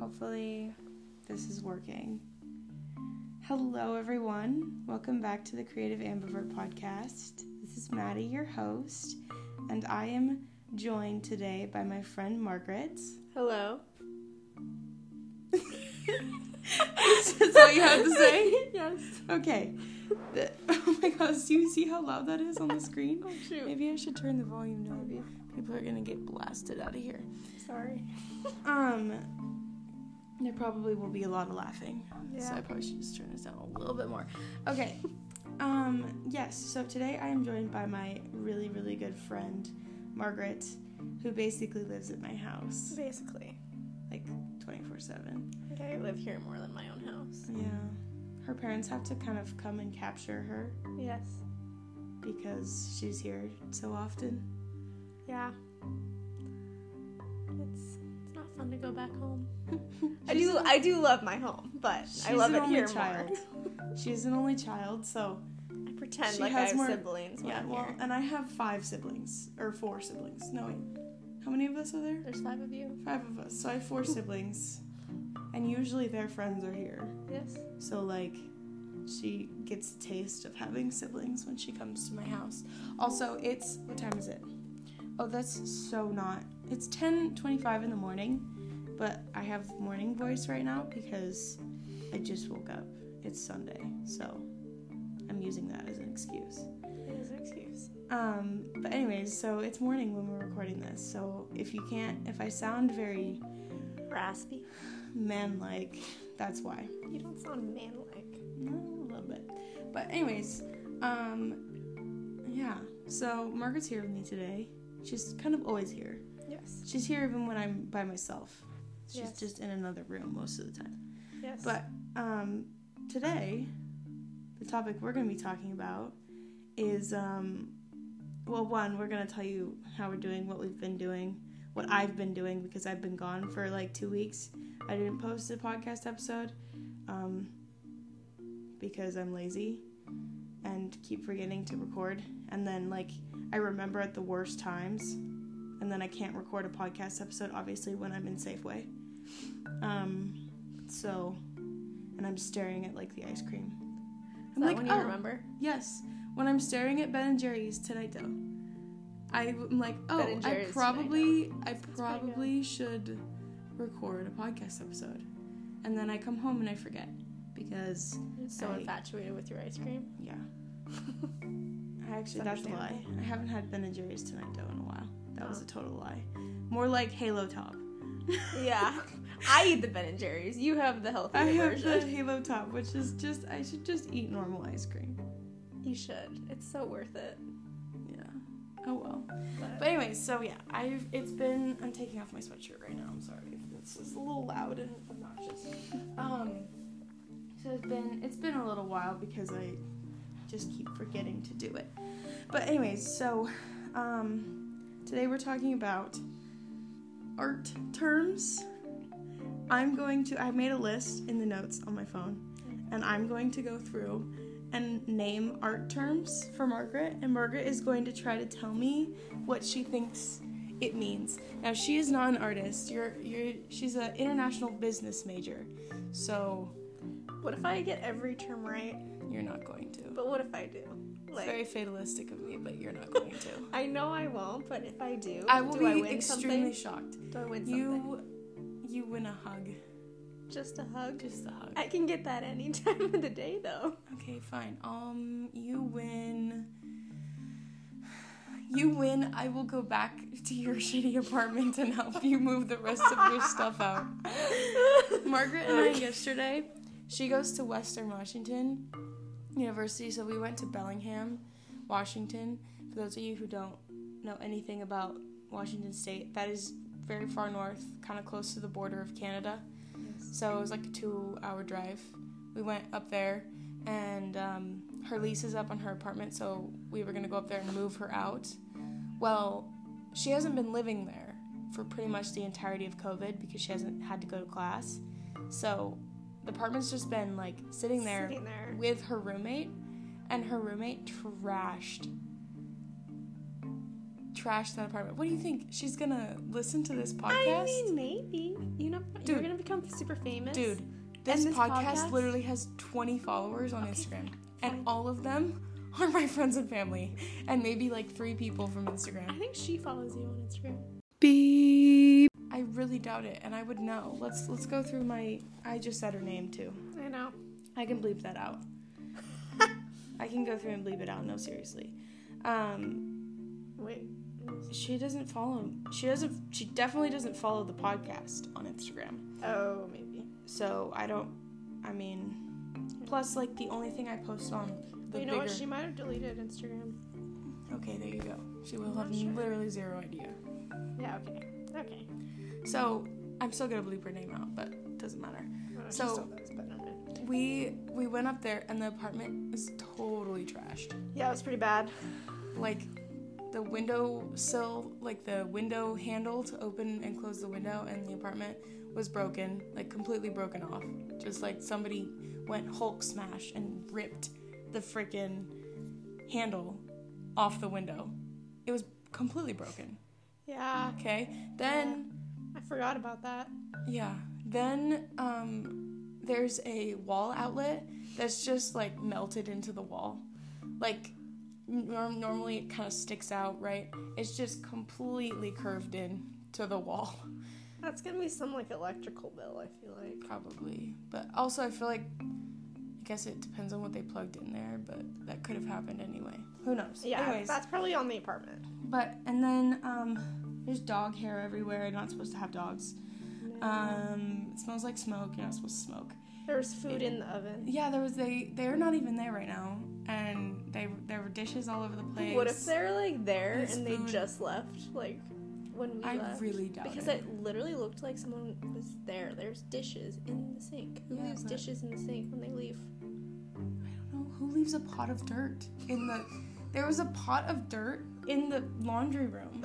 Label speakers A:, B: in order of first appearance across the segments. A: Hopefully, this is working. Hello, everyone. Welcome back to the Creative Ambivert podcast. This is Maddie, your host, and I am joined today by my friend Margaret.
B: Hello.
A: Is this all you have to say?
B: yes.
A: Okay. The- oh my gosh, do you see how loud that is on the screen?
B: Oh shoot.
A: Maybe I should turn the volume down. People are gonna get blasted out of here.
B: Sorry.
A: Um, there probably will be a lot of laughing. So I
B: Yeah.
A: probably should just turn this down a little bit more. Okay. Um, yes, so today I am joined by my really, really good friend, Margaret, who basically lives at my house
B: Basically.
A: like 24 7.
B: Like, I live here more than my own house.
A: Yeah. Her parents have to kind of come and capture her
B: Yes.
A: because she's here so often.
B: Yeah. It's it's not fun to go back home. I
A: She's-
B: do I do love my home, but I
A: She's
B: love
A: an
B: it
A: only
B: here
A: child. She's an only child, so
B: more. I pretend
A: She
B: like I
A: has
B: have
A: more-
B: siblings when
A: yeah.
B: I'm
A: Well,
B: here.
A: and I have five siblings or four siblings. No, wait. How many of us are there?
B: There's five of you.
A: Five of us. So I have four siblings, and usually their friends are here.
B: Yes.
A: So like, she gets a taste of having siblings when she comes to my house. Also, it's what time is it? Oh, that's so not. It's 10:25 in the morning, but I have morning voice right now because I just woke up. It's Sunday, so I'm using that as an excuse.
B: It is an excuse.
A: Um, but anyways, so it's morning when we're recording this. So if you can't, if I sound very
B: Raspy.
A: man-like, that's why.
B: You don't sound man like.
A: No, a little bit. But anyways, um, yeah. So Margaret's here with me today. She's kind of always here.
B: Yes.
A: She's here even when I'm by myself. She's
B: Yes.
A: just in another room most of the time.
B: Yes.
A: But um, today, the topic we're going to be talking about is um, well, one, we're going to tell you how we're doing, what we've been doing, what I've been doing because I've been gone for like two weeks. I didn't post a podcast episode um, because I'm lazy and keep forgetting to record. And then, like, I remember at the worst times. And then I can't record a podcast episode, obviously, when I'm in Safeway. Um, so, and I'm staring at like the ice cream.
B: is
A: I'm
B: that
A: like,
B: one you
A: "Oh,
B: remember?
A: Yes, when I'm staring at Ben and Jerry's tonight dough, I'm like, oh,
B: Ben and
A: I
B: Jerry's
A: probably, I
B: pretty
A: probably should record a podcast episode, and then I come home and I forget because
B: I'm so
A: I-
B: infatuated with your ice cream.
A: yeah, I actually that's a lie. Oh.
B: understandable.
A: I haven't had Ben and Jerry's tonight dough in a while. That was a total lie. More like Halo Top.
B: yeah. I eat the Ben and Jerry's. You have the healthy
A: I have
B: version.
A: the Halo Top, which is just I should just eat normal ice cream.
B: You should. It's so worth it.
A: Yeah. Oh well.
B: But,
A: But anyway, so yeah, I've it's been I'm taking off my sweatshirt right now. I'm sorry if this is a little loud and obnoxious. Um, so it's been it's been a little while because I just keep forgetting to do it. But anyways, so um, today we're talking about art terms. I'm going to I made a list in the notes on my phone, and I'm going to go through and name art terms for Margaret, and Margaret is going to try to tell me what she thinks it means. Now she is not an artist. You're you're she's an international business major. So
B: what if I get every term right?
A: you're not going to.
B: But what if I do?
A: It's
B: Like
A: very fatalistic of me, but you're not going to.
B: I know I won't, but if I do,
A: I will
B: do
A: be
B: I win
A: extremely shocked.
B: something? Do I win something?
A: You you win a hug.
B: Just a hug.
A: Just a hug.
B: I can get that any time of the day though.
A: Okay, fine. Um you win you win. I will go back to your shitty apartment and help you move the rest of your stuff out. Margaret and I yesterday, she goes to Western Washington University, so we went to Bellingham, Washington. For those of you who don't know anything about Washington State, that is very far north, kind of close to the border of Canada. So it was like a two hour drive. We went up there, and um, her lease is up on her apartment, so we were gonna go up there and move her out. Well, she hasn't been living there for pretty much the entirety of COVID because she hasn't had to go to class. So the apartment's just been like sitting there
B: Sitting there.
A: with her roommate, and her roommate trashed trash that apartment. What do you think? She's gonna listen to this podcast?
B: I mean, maybe. You know, you're
A: Dude.
B: gonna become super famous.
A: Dude, this,
B: this
A: podcast,
B: podcast?
A: literally has 20 followers on
B: Okay,
A: Instagram,
B: fine.
A: and all of them are my friends and family, and maybe like three people from
B: I
A: Instagram.
B: think she follows you on Instagram.
A: Beep. I really doubt it, and I would know. Let's let's go through my. I just said her name too.
B: I know.
A: I can bleep that out. I can go through and bleep it out. No, seriously. Um,
B: Wait.
A: she doesn't follow. She doesn't. She definitely doesn't follow the podcast on Instagram.
B: Oh, maybe.
A: So I don't. I mean, plus like the only thing I post on the
B: you know what?
A: bigger-
B: She might have deleted Instagram.
A: okay, there you go. She will
B: I'm
A: have
B: not sure.
A: literally zero idea.
B: Yeah. Okay. Okay.
A: So I'm still gonna bleep her name out, but doesn't matter.
B: Well, she
A: So-
B: still does, but never mind.
A: We we went up there and the apartment is totally trashed.
B: yeah, it was pretty bad.
A: Like the window sill, like the window handle to open and close the window, and the apartment was broken, like completely broken off. Just like somebody went Hulk smash and ripped the freaking handle off the window. It was completely broken.
B: Yeah,
A: Okay. Then
B: I forgot about that.
A: yeah. Then um there's a wall outlet that's just like melted into the wall. Like norm- normally it kind of sticks out, right? It's just completely curved in to the wall
B: That's gonna be some like electrical bill. I feel like.
A: probably. But also I feel like I guess it depends on what they plugged in there, but that could have happened anyway. Who knows?
B: Yeah,
A: Anyways,
B: that's probably on the apartment.
A: but and then um there's dog hair everywhere. You're not supposed to have dogs. Um, it smells like smoke. You're not supposed to smoke.
B: there was food in the oven.
A: Yeah, there was they. They're not even there right now, and they there were dishes all over the place.
B: What if they're like there
A: There's
B: and they
A: food.
B: just left? Like when we
A: I
B: left.
A: really doubt
B: because
A: it.
B: it literally looked like someone was there. There's dishes in the sink. Who
A: Yeah,
B: leaves
A: but-
B: dishes in the sink when they leave?
A: I don't know who leaves a pot of dirt in the. There was a pot of dirt in the laundry room.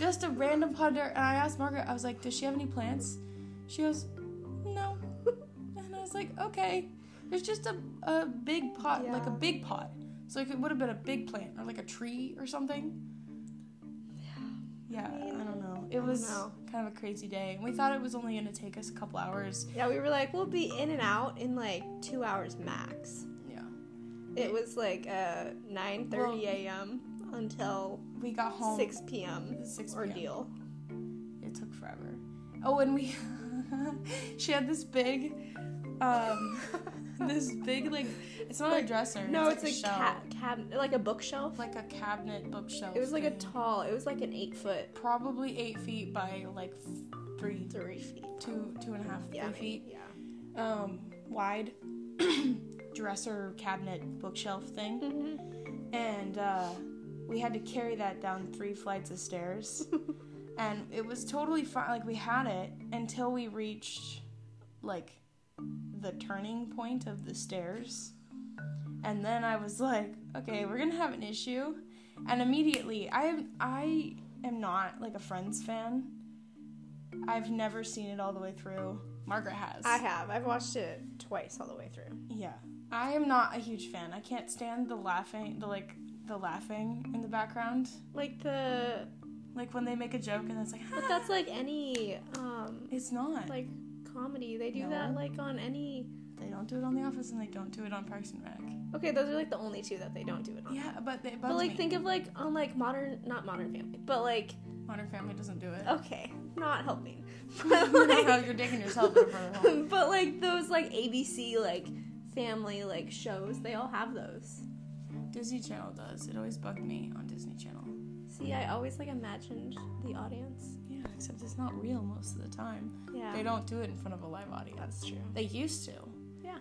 A: Just a random pot of dirt. And I asked Margaret, I was like, does she have any plants? She goes, no. And I was like, okay. There's just a, a big pot, like a
B: Yeah.
A: big pot. So it would have been a big plant or like a tree or something. Yeah,
B: mean,
A: I don't know.
B: I
A: It
B: don't
A: was
B: know.
A: kind of a crazy day. We thought it was only going to take us a couple hours.
B: Yeah, we were like, we'll be in and out in like two hours max.
A: Yeah.
B: It was like uh, 9
A: Well-
B: a.m. until
A: We got home.
B: 6 p.m.
A: 6 p.m.
B: ordeal.
A: It took forever. Oh, and we she had this big um this big like it's not a
B: Like,
A: dresser.
B: No,
A: it's,
B: it's a
A: like
B: ca- cabinet, like a bookshelf.
A: shelf. Like a cabinet bookshelf.
B: It was like a
A: thing.
B: tall, it was like an eight foot,
A: probably eight feet by like f- three
B: three feet.
A: two two and a half, three
B: yeah,
A: feet.
B: maybe, Yeah.
A: Um wide dresser cabinet bookshelf thing.
B: Mm-hmm.
A: and uh, we had to carry that down three flights of stairs. and it was totally fine. Like we had it until we reached like the turning point of the stairs. And then I was like, okay, we're gonna have an issue. And immediately, I am I am not like a Friends fan. I've never seen it all the way through. Margaret has.
B: I have. I've watched it twice all the way through.
A: Yeah. I am not a huge fan. I can't stand the laughing, the like the laughing in the background.
B: Like the,
A: Like when they make a joke and it's like,
B: but that's like any, um,
A: it's not.
B: like comedy. They do
A: No.
B: that like on any.
A: they don't do it on The Office and they don't do it on Parks and Rec.
B: Okay, those are like the only two that they don't do it on.
A: Yeah, but they bugs
B: But like,
A: me.
B: think of like on like modern, not modern family, but like
A: Modern Family doesn't do it.
B: okay, not helping.
A: I
B: But
A: don't know how
B: like,
A: you're digging yourself in a further hole.
B: but like those like ABC like family like shows, they all have those.
A: Disney Channel does. It always bugged me on Disney Channel.
B: See, I always like imagined the audience.
A: Yeah, except it's not real most of the time.
B: Yeah,
A: They don't do it in front of a live audience.
B: That's true.
A: They used to.
B: Yeah.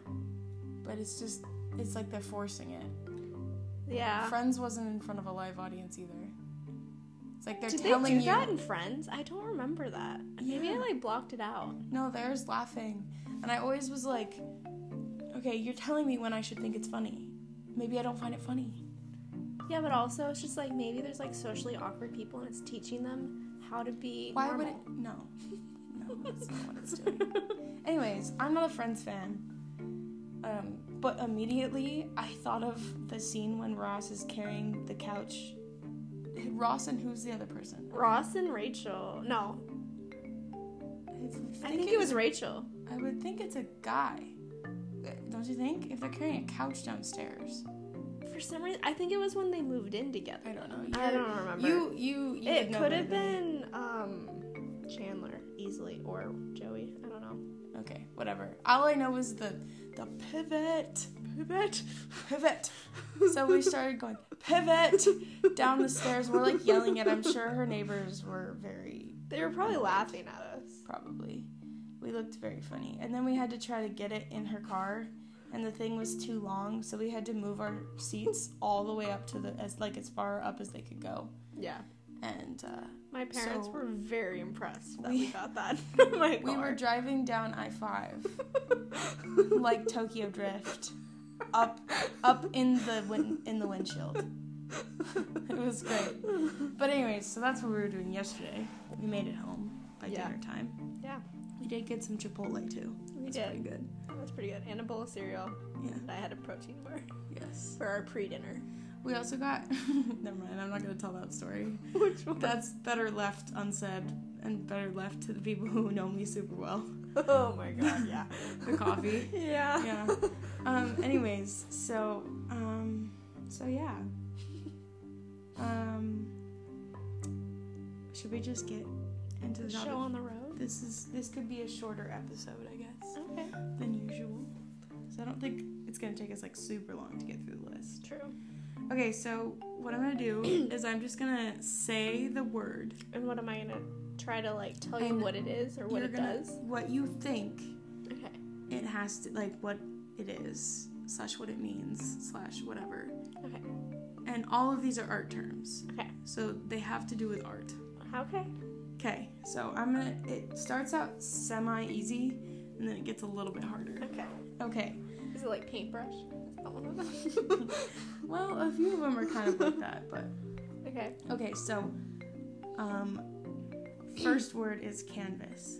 A: But it's just, it's like they're forcing it.
B: Yeah.
A: Friends wasn't in front of a live audience either. It's like they're
B: Did they
A: telling
B: do
A: you.
B: that in Friends? I don't remember that. Maybe I
A: Yeah.
B: like blocked it out.
A: No, there's laughing. And I always was like, okay, you're telling me when I should think it's funny. Maybe I don't find it funny.
B: Yeah, but also it's just like maybe there's like socially awkward people and it's teaching them how to be.
A: Why would it?
B: normal.
A: No. No, that's not what it's doing. Anyways, I'm not a Friends fan. Um, but immediately I thought of the scene when Ross is carrying the couch Ross and who's the other person?
B: Ross and Rachel. No,
A: I think,
B: I think it was Rachel.
A: I would think it's a guy. Uh, Don't you think? If they're carrying a couch downstairs,
B: For some reason, I think it was when they moved in together.
A: I don't know.
B: I
A: You're-
B: don't remember.
A: You you. you would
B: it
A: know
B: could
A: better
B: have
A: than me.
B: been um, Chandler easily or Joey. I don't know.
A: Okay, whatever. All I know is the the pivot,
B: Pivot.
A: pivot. So we started going pivot down the stairs. We're like yelling it. I'm sure her neighbors were very
B: They were probably laughing at us.
A: probably. We looked very funny. And then we had to try to get it in her car, and the thing was too long, so we had to move our seats all the way up to the as like as far up as they could go.
B: Yeah.
A: And uh,
B: My parents
A: So-
B: were very impressed that
A: We-
B: we, got that. from my
A: we were
B: car.
A: driving down I five like Tokyo Drift, up up in the win- in the windshield. it was great. But anyways, so that's what we were doing yesterday. We made it home by
B: Yeah.
A: dinner time.
B: Yeah.
A: We did get some Chipotle too.
B: We
A: It's pretty
B: did.
A: good.
B: That was pretty good. And a bowl of cereal.
A: Yeah.
B: And I had a protein bar
A: Yes.
B: for our pre-dinner.
A: We also got. never mind. I'm not gonna tell that story.
B: Which one?
A: That's better left unsaid and better left to the people who know me super well.
B: Oh my god, yeah.
A: The coffee.
B: yeah.
A: yeah. Um, anyways, so um, so yeah. Um, should we just get into the
B: Show
A: topic?
B: on the road.
A: This is this could be a shorter episode, I guess,
B: Okay.
A: than usual. So I don't think it's gonna take us like super long to get through the list.
B: True.
A: Okay, so what I'm gonna do is I'm just gonna say the word.
B: And what am I gonna try to like tell you
A: And
B: what it is or what
A: You're
B: it
A: gonna-
B: does?
A: What you think
B: Okay.
A: it has to like what it is slash what it means slash whatever.
B: Okay.
A: And all of these are art terms.
B: Okay.
A: So they have to do with art.
B: Okay.
A: Okay, so I'm gonna. It starts out semi easy and then it gets a little bit harder.
B: Okay.
A: Okay,
B: Is it like paintbrush? Is that one of them?
A: well, a few of them are kind of like that, but.
B: okay.
A: Okay, so. Um, first word is canvas.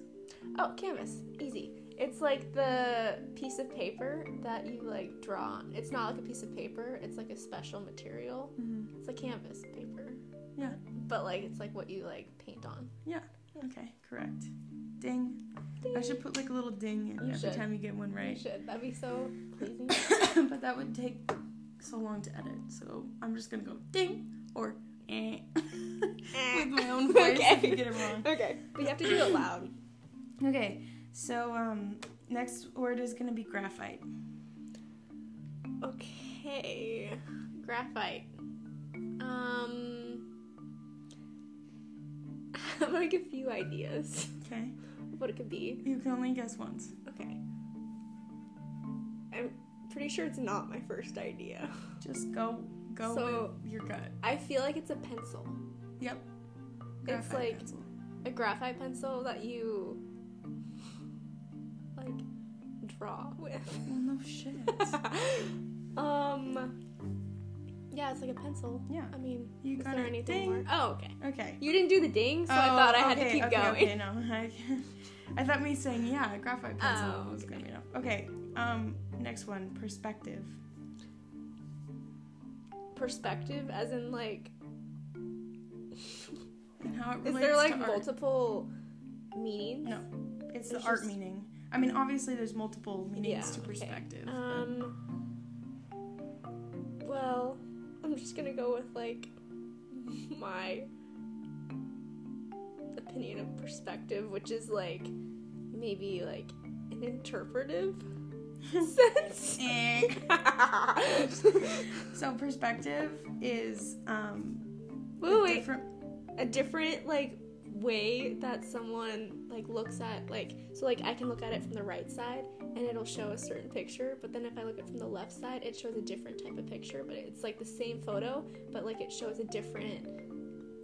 B: Oh, canvas. Easy. It's like the piece of paper that you like draw. on. It's not like a piece of paper. It's like a special material. It's like canvas paper.
A: Yeah.
B: But like it's like what you like paint on.
A: Okay, correct. Ding. I should put like a little ding in
B: You
A: every
B: should.
A: time you get one
B: You
A: right.
B: should. That'd be so pleasing.
A: but that would take so long to edit, so I'm just gonna go ding or eh with my own voice if you
B: okay.
A: get it wrong.
B: okay. We have to do it loud.
A: Okay, so um, next word is gonna be graphite.
B: Okay. Graphite. Um I'm gonna give you ideas
A: Okay,
B: of what it could be.
A: you can only guess once.
B: Okay. I'm pretty sure it's not my first idea.
A: Just go, go
B: So-
A: with your gut.
B: I feel like it's a pencil.
A: Yep.
B: It's
A: Graphite
B: like-
A: pencil.
B: A graphite pencil that you like draw with.
A: Well, Oh, no shit.
B: um Yeah, it's like a pencil.
A: yeah,
B: I mean,
A: you
B: is
A: got
B: there
A: it.
B: anything
A: Ding.
B: more? Oh, okay.
A: Okay.
B: You didn't do the ding, so I
A: Oh,
B: thought I had to
A: okay,
B: keep
A: okay,
B: going.
A: Okay, no, I, I thought me saying yeah, graphite pencil
B: Oh,
A: was
B: okay.
A: gonna be enough. Okay, um, next one, perspective.
B: Perspective, as in like,
A: And how it
B: is
A: relates
B: there like
A: to
B: multiple meanings?
A: No. art. It's the
B: there's
A: art
B: just-
A: meaning. I mean, obviously, there's multiple meanings
B: Yeah,
A: to
B: okay.
A: perspective. but-
B: Um. Well, I'm just gonna go with like my opinion of perspective, which is like maybe like an interpretive sense.
A: Eh. so perspective is um
B: Wait, wait,
A: different.
B: a different like way that someone like looks at like so like I can look at it from the right side and it'll show a certain picture but then if I look at it from the left side it shows a different type of picture but it's like the same photo but like it shows a different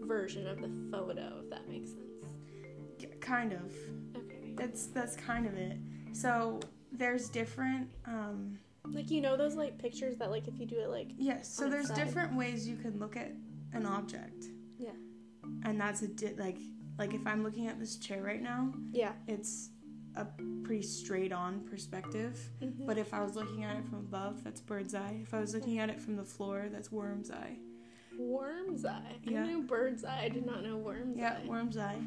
B: version of the photo if that makes sense.
A: kind of.
B: Okay.
A: That's that's kind of it. So there's different. Um,
B: Like you know those like pictures that like if you do it like
A: yes. So
B: On its
A: there's
B: side.
A: different ways you can look at an object.
B: Yeah.
A: And that's a di- like like if I'm looking at this chair right now,
B: yeah
A: it's a pretty straight on perspective.
B: Mhm.
A: But if I was looking at it from above, that's bird's eye. If I was looking at it from the floor, that's worm's eye.
B: Worm's eye.
A: Yeah.
B: I knew bird's eye. I did not know worm's
A: Yeah,
B: eye.
A: worm's eye.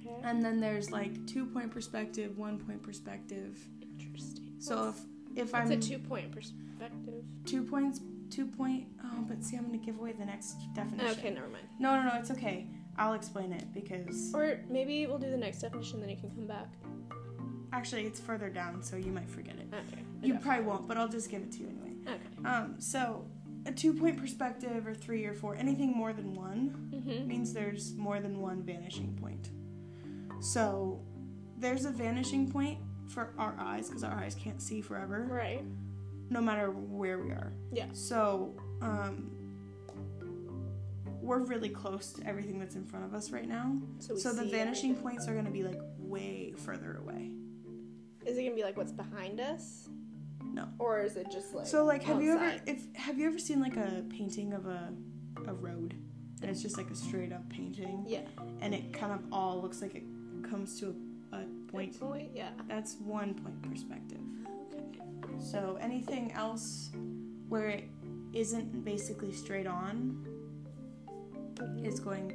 B: okay.
A: And then there's like two point perspective, one point perspective.
B: Interesting.
A: So
B: What's-
A: if if
B: It's
A: I'm
B: a two point perspective.
A: two points, two point. Oh, but see, I'm gonna give away the next definition.
B: Okay, never mind.
A: No, no, no. It's okay. I'll explain it because
B: Or maybe we'll do the next definition, then you can come back.
A: actually it's further down, so you might forget it.
B: Okay. I
A: You
B: don't-
A: probably won't, but I'll just give it to you anyway.
B: Okay.
A: Um, so a two-point perspective, or three, or four, anything more than one
B: Mm-hmm.
A: means there's more than one vanishing point. So there's a vanishing point for our eyes because our eyes can't see forever.
B: Right.
A: no matter where we are.
B: Yeah.
A: So, um, we're really close to everything that's in front of us right now.
B: So, we
A: so the
B: see
A: vanishing points are going to be like way further away.
B: everything. Is it gonna be like what's behind us?
A: No.
B: Or is it just like?
A: so like have you ever
B: outside?
A: if have you ever seen like a painting of a a road and it's just like a straight up painting
B: Yeah.
A: and it kind of all looks like it comes to a, a point.
B: Point. Yeah.
A: That's one point perspective.
B: Okay.
A: So anything else where it isn't basically straight on
B: Mhm.
A: is going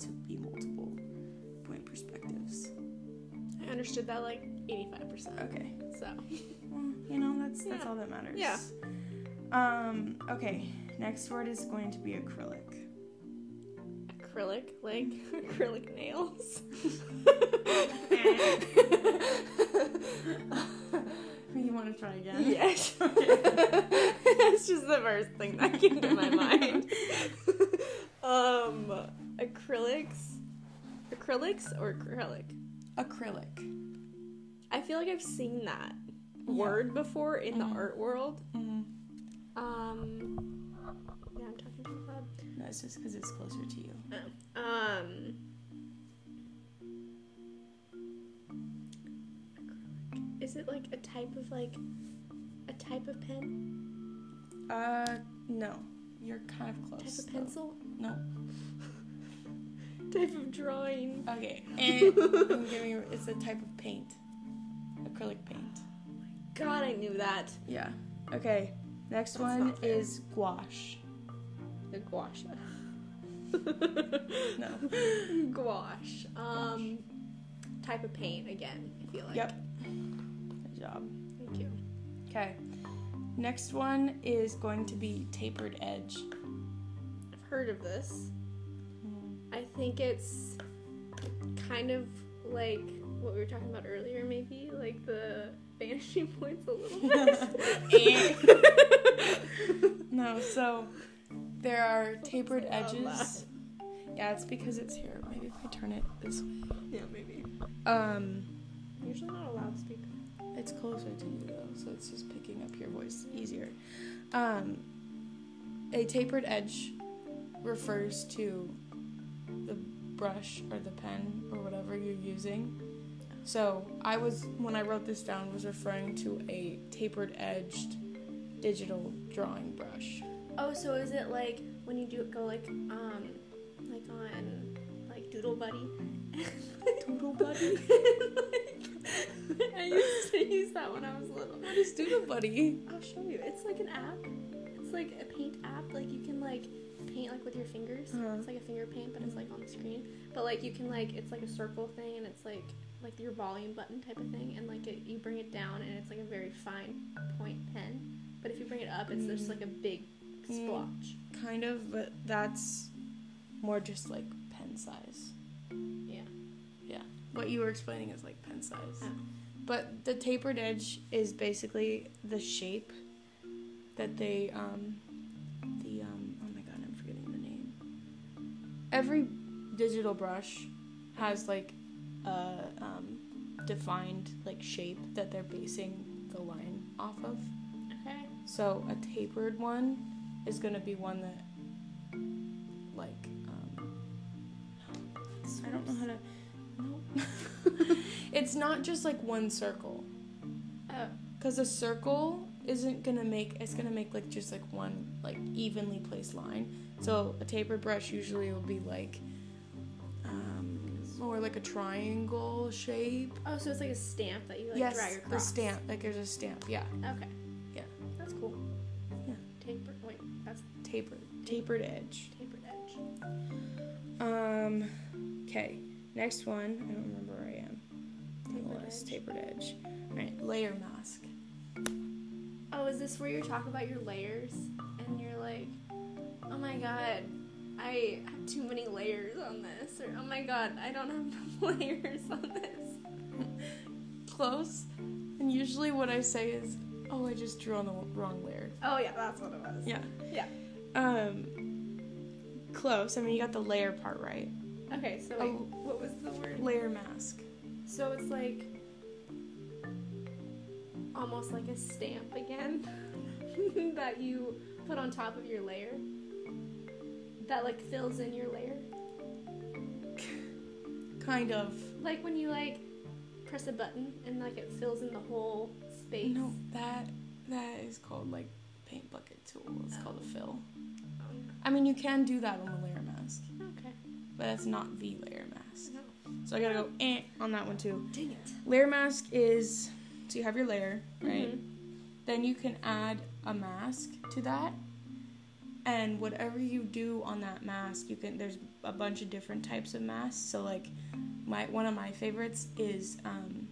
A: to be multiple point perspectives.
B: I understood that like eighty-five percent.
A: Okay.
B: So.
A: Well, you know, that's that's
B: Yeah.
A: all that matters.
B: Yeah.
A: Um, okay. Next word is going to be acrylic.
B: acrylic like acrylic nails
A: You want to try again?
B: yes it's just the first thing that came to my mind um acrylics acrylics or acrylic
A: Acrylic.
B: i feel like i've seen that
A: Yeah.
B: word before in
A: Mhm.
B: the art world
A: Mm-hmm.
B: um yeah i'm talking too loud
A: No, it's just because it's closer to you.
B: Um. Is it like a type of like a type of pen,
A: Uh, no. You're kind of
B: type
A: close.
B: of
A: though.
B: pencil,
A: No.
B: type of drawing?
A: Okay. And I'm giving you, it's a type of paint. Acrylic paint.
B: God, I knew that.
A: Yeah. Okay. Next
B: That's
A: one
B: not fair.
A: is gouache.
B: The gouache.
A: No.
B: gouache. Um, type of paint again. I feel like.
A: Yep. Good job.
B: Thank you.
A: Okay. Next one is going to be tapered edge.
B: I've heard of this. I think it's kind of like what we were talking about earlier, maybe like the vanishing points a little bit.
A: No, so there are tapered
B: Oh,
A: edges. Yeah, it's because it's here. Maybe if I turn it this way.
B: yeah, maybe.
A: Um,
B: Usually not a loudspeaker.
A: it's closer to you though, so it's just picking up your voice easier. Um, a tapered edge refers to the brush or the pen or whatever you're using. So I was when I wrote this down was referring to a tapered edged digital drawing brush.
B: Oh, so is it like when you do go like um like on like Doodle Buddy?
A: Doodle Buddy?
B: Like, I used to use that when I was little.
A: What is Doodle Buddy?
B: I'll show you. It's like an app. It's like a paint app. Like you can like paint like with your fingers.
A: Uh-huh.
B: It's like a finger paint, but it's like on the screen. But like you can like it's like a circle thing, and it's like like your volume button type of thing, and like it, you bring it down, and it's like a very fine point pen. But if you bring it up, it's just like a big
A: Mm.
B: splotch.
A: Kind of, but that's more just like pen size.
B: Yeah.
A: Yeah. What you were explaining is like pen size.
B: Oh.
A: But the tapered edge is basically the shape that they um the um oh my god, I'm forgetting the name. Every digital brush has like a um defined like shape that they're basing the line off of.
B: Okay.
A: So a tapered one is going to be one that, like, um, I don't know how to. No, it's not just like one circle,
B: Oh.
A: because a circle isn't going to make. It's going to make like just like one like evenly placed line. So a tapered brush usually will be like, um, or like a triangle shape.
B: Oh, so it's like a stamp that you like
A: yes,
B: drag
A: the
B: across.
A: stamp. Like there's a stamp. Yeah,
B: Okay.
A: Yeah.
B: That's cool.
A: Yeah.
B: Taper. Wait. That's
A: tapered, tapered edge.
B: taper.
A: Um, okay. Next one. I don't remember where I am. on
B: Tapered
A: the list.
B: edge.
A: Tapered edge. All right. Layer mask.
B: Oh, is this where you're talking about your layers? And you're like, oh my god, I have too many layers on this. Or oh my god, I don't have enough layers on this.
A: Close. And usually what I say is, oh, I just drew on the wrong layer.
B: Oh, yeah, that's what it was.
A: Yeah.
B: Yeah.
A: Um, close. I mean, you got the layer part right.
B: Okay, so wait,
A: Oh.
B: what was the word?
A: Layer mask.
B: So it's like almost like a stamp again that you put on top of your layer that like fills in your layer.
A: Kind of.
B: Like when you like press a button and like it fills in the whole space.
A: No, that that is called like paint bucket tool. It's called a fill. Oh. I mean, you can do that on the layer mask,
B: Okay.
A: but that's not the layer mask.
B: No.
A: So I gotta go eh, on that one too.
B: Dang it.
A: Layer mask is so you have your layer, right?
B: Mhm.
A: Then you can add a mask to that. And whatever you do on that mask, you can there's a bunch of different types of masks. So like my one of my favorites is um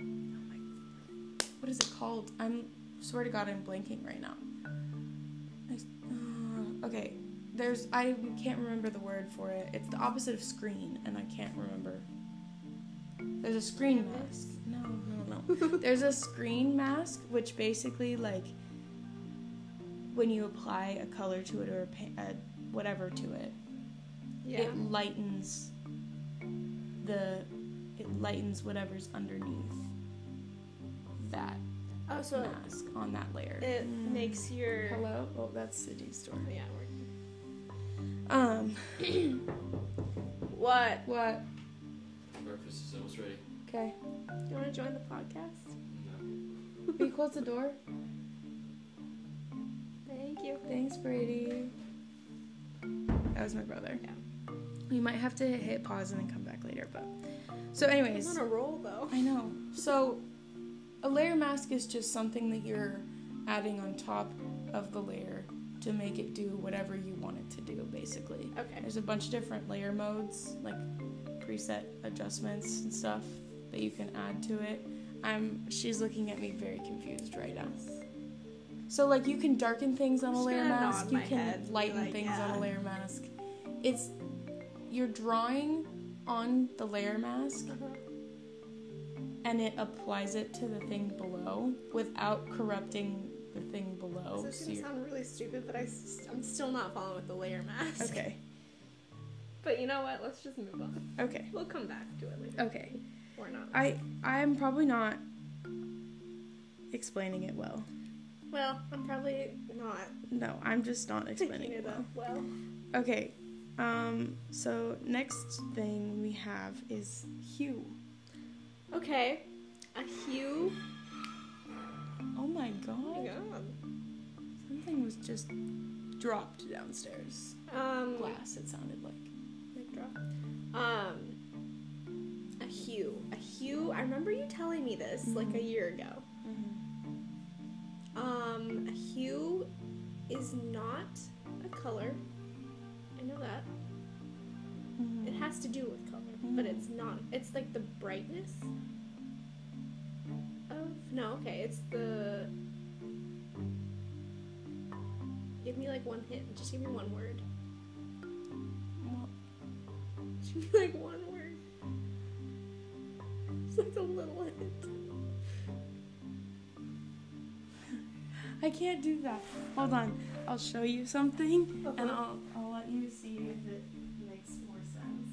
A: oh my- what is it called? I'm swear to god I'm blanking right now. I s- uh, okay. There's I can't remember the word for it. It's the opposite of screen and I can't remember. There's a screen mask. No, no, no. There's a screen mask, which basically, like, when you apply a color to it or a, pa- a whatever to it,
B: Mm-hmm. Yeah.
A: it lightens the, it lightens whatever's underneath that
B: oh, so it-
A: mask on that layer.
B: it
A: Mm.
B: makes your.
A: hello. Oh, that's Sydney's story.
B: Yeah. we're-
A: Um,
B: What?
A: what?
C: Breakfast is almost ready.
A: Okay,
B: Do you want to join the podcast?
C: No.
A: we close the door.
B: Thank you.
A: Thanks, Brady. That was my brother.
B: Yeah.
A: We might have to hit pause and then come back later, but so
B: I'm
A: anyways,
B: on a roll though.
A: I know. So a layer mask is just something that you're adding on top of the layer to make it do whatever you want it to do, basically.
B: Okay.
A: There's a bunch of different layer modes, like preset adjustments and stuff that you can add to it. I'm she's looking at me very confused right now. So like you can darken things on a
B: Just
A: layer
B: gonna nod
A: mask, you
B: my
A: can
B: head and be
A: lighten
B: like,
A: things on
B: "Yeah."
A: a layer mask. It's you're drawing on the layer mask
B: Uh-huh.
A: and it applies it to the thing below without corrupting the thing below.
B: this is
A: so
B: gonna
A: you're-
B: sound really stupid, but I s- I'm still not following with the layer mask.
A: okay.
B: But you know what? Let's just move on.
A: Okay.
B: We'll come back to it later.
A: Okay.
B: Or not.
A: I I'm probably not explaining it well.
B: Well, I'm probably not
A: No, I'm just not explaining
B: picking
A: it
B: it
A: well.
B: up well.
A: Okay. Um so next thing we have is hue.
B: Okay. A hue.
A: Oh my
B: Oh my
A: god.
B: god.
A: Something was just dropped downstairs.
B: Um.
A: Glass it sounded like.
B: Mic drop. Um. A hue. A hue. I remember you telling me this like a year ago. Mm-hmm. Um, a hue is not a color. I know that.
A: Mm-hmm.
B: It has to do with color, but it's not. It's like the brightness of. No, okay, it's the. Give me like one hint. Just give me one word.
A: Well,
B: Just give me like one word. It's like a little hint.
A: I can't do that. Hold on. I'll show you something and
B: Uh-huh.
A: I'll I'll let you see if it makes more sense.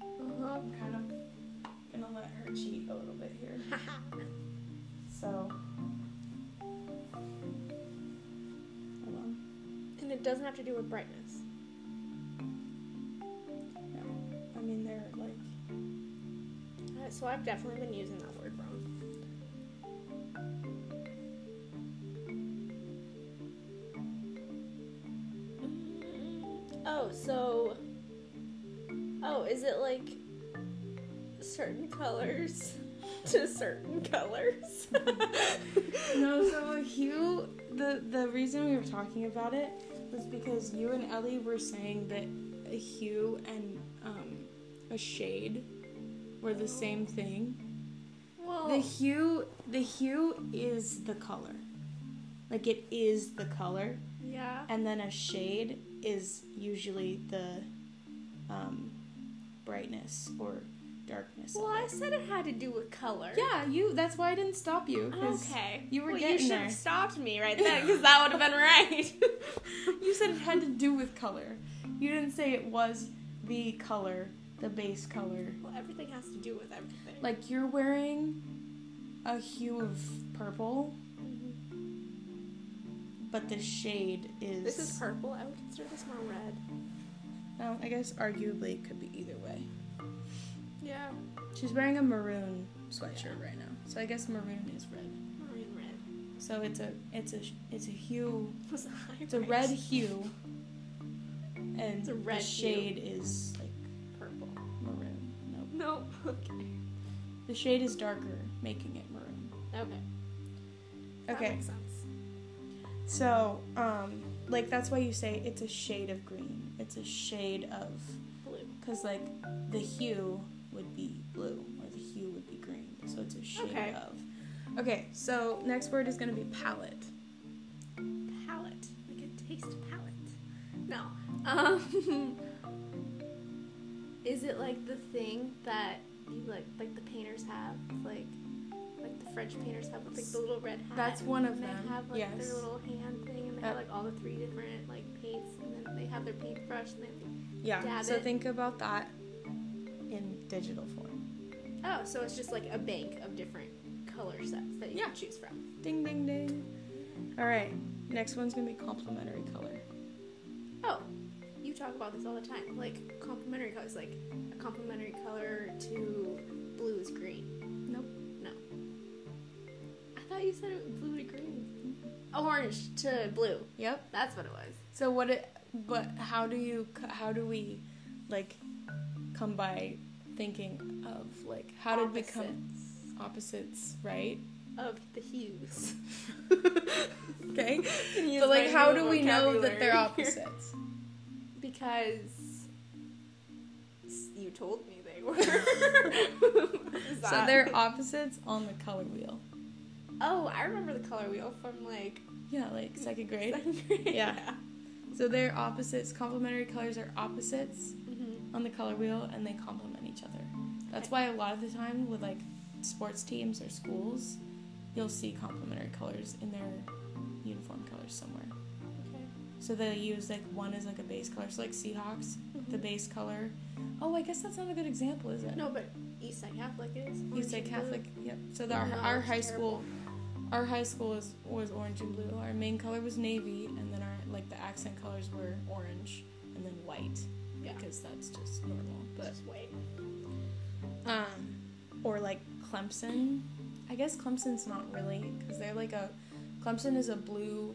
B: Uh-huh.
A: I'm kind of gonna let her cheat a little bit here. So hold on.
B: And it doesn't have to do with brightness.
A: I mean, they're like.
B: Uh, so I've definitely been using that word wrong. Mm, Oh, so. Oh, is it like certain colors to certain colors?
A: No, so Hugh, the the reason we were talking about it was because you and Ellie were saying that hue and a shade were the same thing.
B: Well,
A: The hue, the hue is the color. Like it is the color,
B: yeah.
A: and then a shade is usually the um, brightness or darkness. of
B: Well, I
A: it.
B: said it had to do with color.
A: yeah, you. That's why I didn't stop you. 'cause
B: Okay.
A: you were
B: well,
A: getting
B: You should
A: there.
B: have stopped me right then, because that would have been right.
A: You said it had to do with color. You didn't say it was the color, the base color.
B: well, everything has to do with everything.
A: Like you're wearing a hue of purple,
B: Mhm.
A: but the shade is.
B: this is purple. I would consider this more red.
A: Well, Oh, I guess arguably it could be either way.
B: Yeah.
A: She's wearing a maroon sweatshirt right now, so I guess maroon is red.
B: Maroon red.
A: So it's a it's a it's a hue.
B: Was a high
A: It's a
B: range.
A: red hue, and
B: It's a red
A: the shade is like
B: Purple.
A: maroon. Nope.
B: No. Okay.
A: The shade is darker, making it maroon.
B: Okay. That
A: Okay.
B: makes sense.
A: So, um, like that's why you say it's a shade of green. It's a shade of
B: Blue.
A: because like the hue would be blue or the hue would be green. So it's a shade
B: Okay.
A: of. Okay. So next word is gonna be palette.
B: Palette. Like a taste palette. No. Um. is it like the thing that you like, like the painters have, like, like the French painters have, with like the little red hat?
A: That's one of
B: and
A: them.
B: They have like
A: Yes.
B: their little hand thing, and they have
A: Yep.
B: like all the three different like paints, and then they have their paintbrush, and they.
A: Yeah.
B: Dab
A: so
B: it.
A: think about that in digital form.
B: Oh, so it's just like a bank of different color sets that you
A: Yeah.
B: can choose from.
A: Ding ding ding. All right. Next one's gonna be complementary color.
B: Oh, you talk about this all the time. Like complementary colors, like a complementary color to blue is green.
A: Nope.
B: No. I thought you said it was blue to green. Orange to blue.
A: Yep.
B: That's what it was.
A: So what? It, but how do you? c- How do we, like, come by thinking of like how did we come
B: Opposites
A: opposites, right?
B: of the hues?
A: Okay.
B: Can use
A: But like,
B: my
A: how
B: new
A: do we know that they're
B: vocabulary here.
A: opposites?
B: Because s- you told me they were.
A: So
B: That-
A: they're opposites on the color wheel.
B: Oh, I remember the color wheel from like
A: Yeah, like second grade.
B: second grade.
A: Yeah. So they're opposites. Complementary colors are opposites
B: Mhm.
A: on the color wheel, and they complement each other. That's why a lot of the time with like sports teams or schools, you'll see complementary colors in their uniform colors somewhere.
B: Okay.
A: So they'll use like one is like a base color. So like Seahawks, the
B: Mhm.
A: base color. Oh, I guess that's not a good example, is it?
B: No, but Eastside Catholic is.
A: You
B: orange
A: say
B: and blue.
A: Catholic. Yep. So the, our,
B: No,
A: our
B: it's
A: high
B: terrible.
A: school, our high school was was orange and blue. Our main color was navy, and then our like the accent colors were orange and then white
B: Yeah.
A: because that's just normal. But
B: Just wait.
A: um, or like Clemson. I guess Clemson's not really because they're like a Clemson is a blue,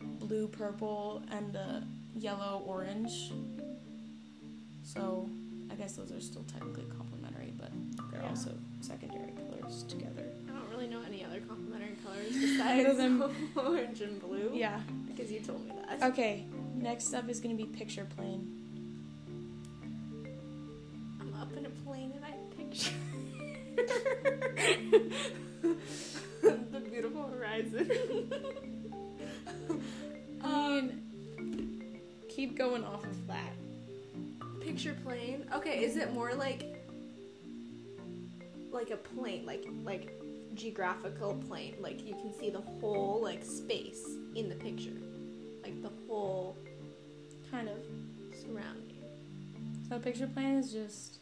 A: blue purple and a yellow orange. So I guess those are still technically complementary, but they're
B: Yeah.
A: also secondary colors together.
B: I don't really know any other complementary colors besides
A: than-
B: orange and blue.
A: Yeah.
B: Because you told me that.
A: Okay. Next up is gonna be picture plane.
B: I'm up in a plane and I picture the beautiful horizon.
A: I mean, keep going off of that.
B: Picture plane. Okay, is it more like like a plane, like like geographical plane, like you can see the whole like space in the picture, like the whole
A: Kind of.
B: surrounding.
A: So picture plane is just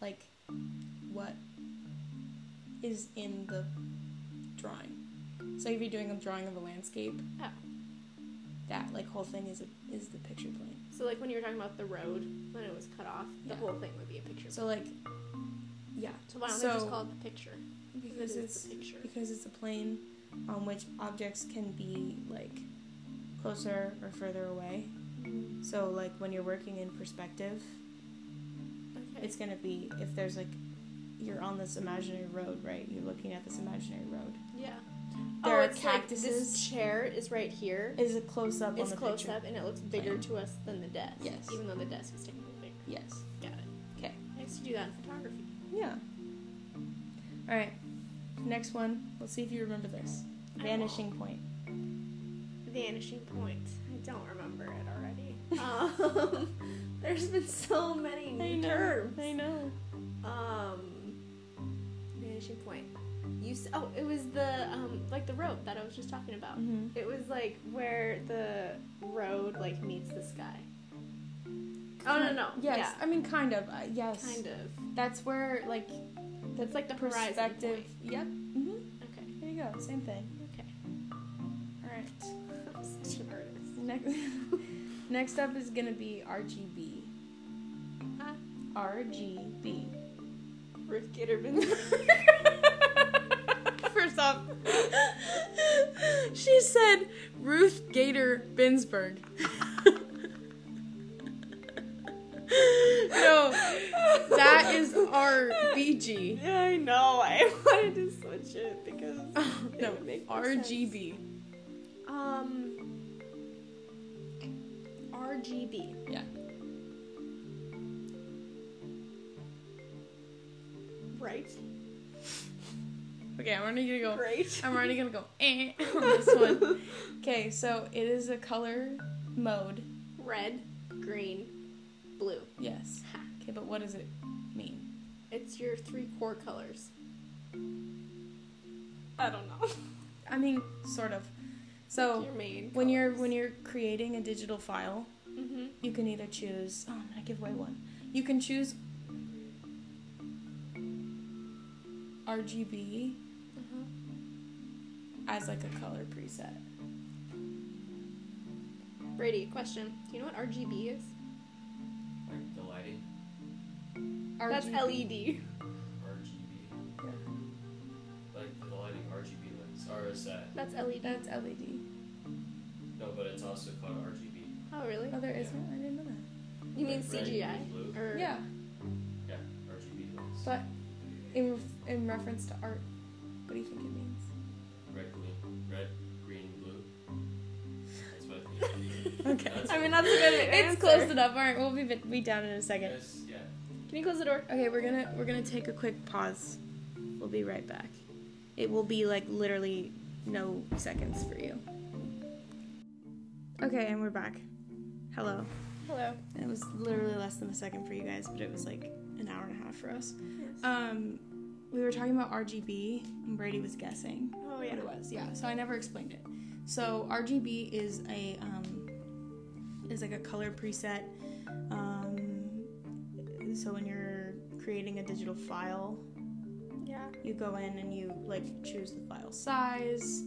A: like what is in the drawing. So if you're doing a drawing of a landscape,
B: Oh.
A: that like whole thing is a, is the picture plane.
B: So like when you were talking about the road when it was cut off, the
A: Yeah.
B: whole thing would be a picture.
A: So like yeah,
B: so why don't
A: so-
B: they just call it the picture?
A: because
B: It is
A: it's
B: the picture.
A: because it's a plane on which objects can be like closer or further away. So like when you're working in perspective,
B: Okay.
A: it's gonna be if there's like you're on this imaginary road, right? You're looking at this imaginary road.
B: yeah.
A: There
B: oh,
A: are
B: it's like
A: cactuses.
B: this chair is right here.
A: Is a close up on
B: It's
A: the
B: close
A: picture.
B: up and it looks bigger
A: Plane.
B: to us than the desk.
A: Yes.
B: Even though the desk is technically bigger.
A: Yes.
B: Got it.
A: Okay.
B: that in photography.
A: Yeah. All right. Next one. Let's see if you remember this.
B: I
A: Vanishing point.
B: Vanishing point. I don't remember it already. um, there's been so many new terms.
A: I know.
B: Um, vanishing point. You s- oh, it was the um like the road that I was just talking about.
A: hmm
B: It was like where the road like meets the sky. Oh no no
A: Yes. I mean, kind of. Uh,
B: yeah
A: yes.
B: kind of
A: That's where like
B: that's like the horizon
A: perspective.
B: point.
A: Yep. hmm
B: Okay
A: There you go. Same thing.
B: okay.
A: All right.
B: I'm such an artist.
A: Next, next up is gonna be RGB.
B: Huh?
A: RGB.
B: Ruth Gitterman.
A: First off, she said Ruth Gator Binsberg. no, that is RBG.
B: Yeah, I know. I wanted to switch it because it
A: Oh, no,
B: would make more sense.
A: RGB.
B: Um, RGB.
A: Yeah.
B: Right.
A: Okay, I'm already gonna go.
B: Great.
A: I'm already gonna go eh, on this one. Okay, so it is a color mode.
B: Red, green, blue.
A: Yes.
B: Ha.
A: Okay, but what does it mean?
B: It's your three core colors. I don't know.
A: I mean, sort of. So
B: your main.
A: when you're when you're creating a digital file,
B: hmm
A: you can either choose. Oh, I'm gonna give away one. You can choose RGB
B: Mm-hmm.
A: as like a color preset.
B: Brady, question. Do you know what RGB is?
C: Like the lighting,
A: RGB.
B: That's E LED.
C: RGB.
A: Yeah.
C: Like the lighting, RGB lights. RSI.
B: That's E LED.
A: That's E LED.
C: No, but it's also called RGB.
B: oh, really?
A: Oh, there
C: Yeah.
A: is one. I didn't know that.
B: You mean
C: Like red,
B: CGI?
C: blue.
B: Or
A: Yeah,
C: Yeah, RGB lights.
A: but in ref- in reference to art, what do you think it means?
C: Red, green, red, green, blue. That's what I think.
A: Okay.
C: That's-
B: I mean, that's a good answer.
A: It's close enough. All right, we'll be be down in a second.
C: Yes, yeah.
B: Can you close the door?
A: Okay, we're gonna we're gonna take a quick pause. We'll be right back. It will be like literally no seconds for you. Okay, and we're back. Hello.
B: Hello.
A: It was literally less than a second for you guys, but it was like an hour and a half for us. Um, we were talking about RGB, and Brady was guessing
B: Oh
A: what it was. Yeah, so I never explained it. So RGB is a um, is like a color preset. Um, so when you're creating a digital file,
B: Yeah.
A: you go in and you like choose the file size,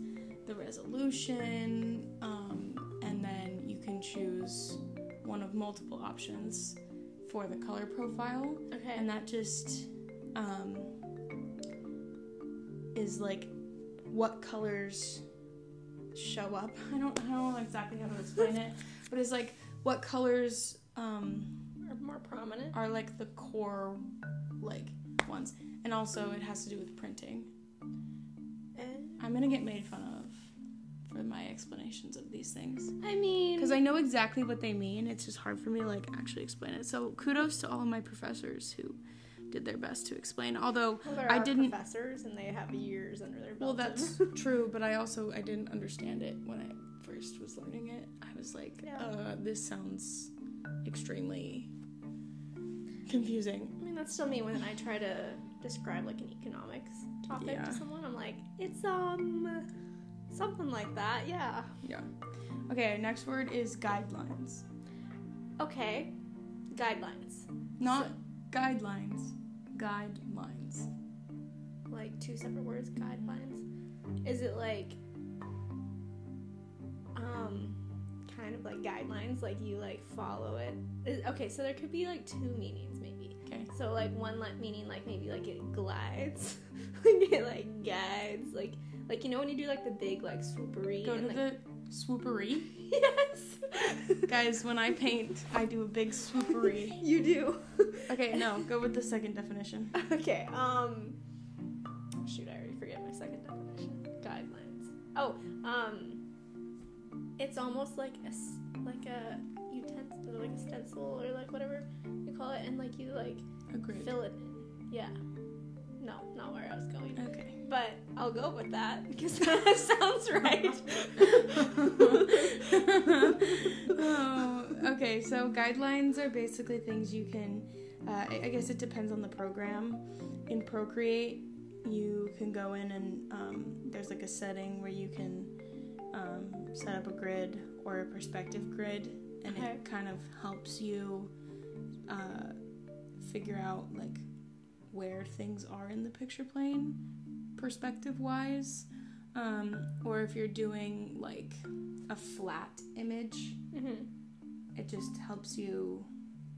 A: the resolution, um, and then you can choose one of multiple options for the color profile
B: Okay.
A: and that just um, is like what colors show up. I don't, I don't know exactly how to explain it, but it's like what colors um,
B: are more prominent.
A: are like the core like ones, and also it has to do with printing. I'm gonna get made fun of for my explanations of these things
B: I mean,
A: because I know exactly what they mean. It's just hard for me to like actually explain it. So kudos to all of my professors who did their best to explain. Although I didn't.
B: professors and they have years under their belt.
A: Well, that's true, but I also I didn't understand it when I first was learning it. I was like,
B: Yeah.
A: uh, this sounds extremely confusing.
B: I mean, that's still me when I try to describe like an economics topic
A: Yeah.
B: to someone. I'm like, it's um something like that. Yeah.
A: Yeah. Okay, next word is guidelines.
B: Okay. Guidelines.
A: Not guidelines. Guidelines.
B: Like two separate words. Guidelines. Is it like um kind of like guidelines? Like you like follow it? Is- okay, so there could be like two meanings maybe.
A: Okay.
B: So like one like meaning like maybe like it glides, like it like guides, like like you know when you do like the big like swoopery.
A: Go
B: and,
A: to
B: like,
A: the swoopery.
B: yes.
A: Guys, when I paint, I do a big swoopery.
B: you do.
A: Okay, no, go with the second definition.
B: Okay. Um. Shoot, I already forget my second definition. Guidelines. Oh. Um. It's almost like a s- like a utensil or like a stencil or like whatever you call it, and like you like
A: Agreed.
B: fill it in. Yeah. No, not where I was going.
A: Okay.
B: But I'll go with that because that sounds right.
A: oh, okay, so guidelines are basically things you can, uh, I I guess it depends on the program. In Procreate, you can go in and um, there's like a setting where you can um, set up a grid or a perspective grid, and
B: Okay.
A: it kind of helps you uh, figure out like where things are in the picture plane, perspective wise. Um, or if you're doing like a flat image. Mm-hmm.
B: Mhm.
A: It just helps you,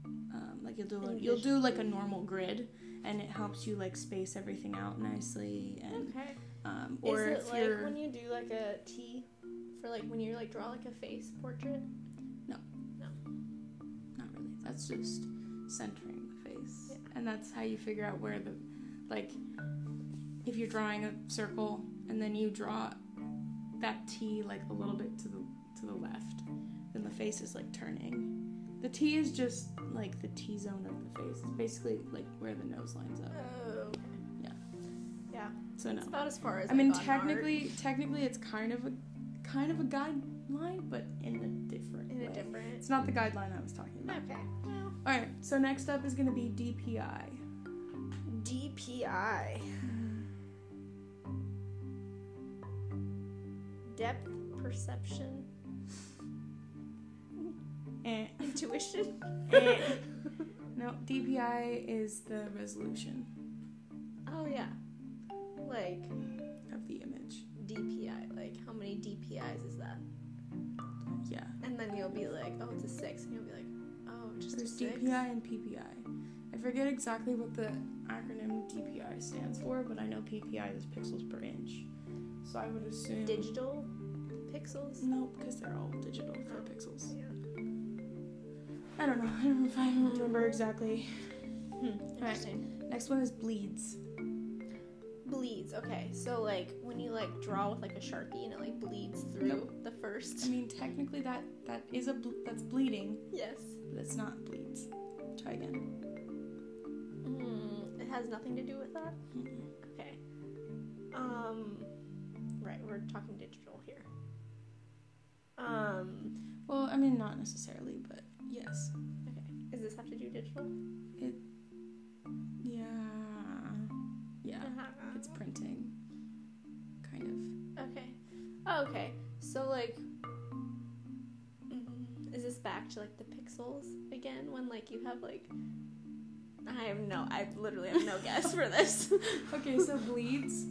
A: um, like you'll do
B: Envision.
A: you'll do like a normal grid, and it helps you like space everything out nicely. And
B: Okay.
A: um, or
B: Is
A: if
B: it like
A: you're
B: when you do like a T for like when you like draw like a face portrait?
A: not really, that's just centering the face, and that's how you figure out where the like if you're drawing a circle and then you draw that T like a little bit to the to the left, then the face is like turning. The T is just like the T zone of the face. It's basically like where the nose lines up.
B: Oh.
A: Yeah.
B: Yeah.
A: So no.
B: It's about as far as
A: I mean,
B: got in art.
A: technically, technically, it's kind of a kind of a guideline, but in a different
B: in
A: way.
B: a different.
A: It's not the guideline I was talking about.
B: Okay. Well,
A: All right. So next up is going to be DPI.
B: DPI. Depth perception,
A: Eh.
B: intuition.
A: no, DPI is the resolution
B: Oh yeah. Like
A: of the image.
B: DPI, like how many DPIs is that?
A: Yeah.
B: And then you'll be like, oh, it's a six, and you'll be like, oh, just a
A: There's
B: six.
A: DPI and PPI. I forget exactly what the acronym DPI stands for, but I know PPI is pixels per inch. So I would assume
B: Digital pixels.
A: No, because they're all digital for pixels.
B: Yeah.
A: I don't know. I don't know if I remember exactly.
B: Hmm, Interesting.
A: Next one is bleeds.
B: Bleeds. Okay, so like when you like draw with like a sharpie and it like bleeds through the
A: I
B: first.
A: mean, technically that that is a ble- that's bleeding,
B: Yes.
A: but it's not bleeds. Try again.
B: Mm, it has nothing to do with that.
A: Mm-mm.
B: Okay. Um, right, we're talking digital here. Um,
A: Well, I mean, not necessarily, but yes.
B: okay. Does this have to do digital?
A: Yeah. Yeah.
B: Uh-huh.
A: It's printing. Kind of.
B: Okay. Oh, okay. So like, mm, is this back to like the pixels again? When like you have like, I have no, I literally have no guess for this.
A: Okay, so bleeds.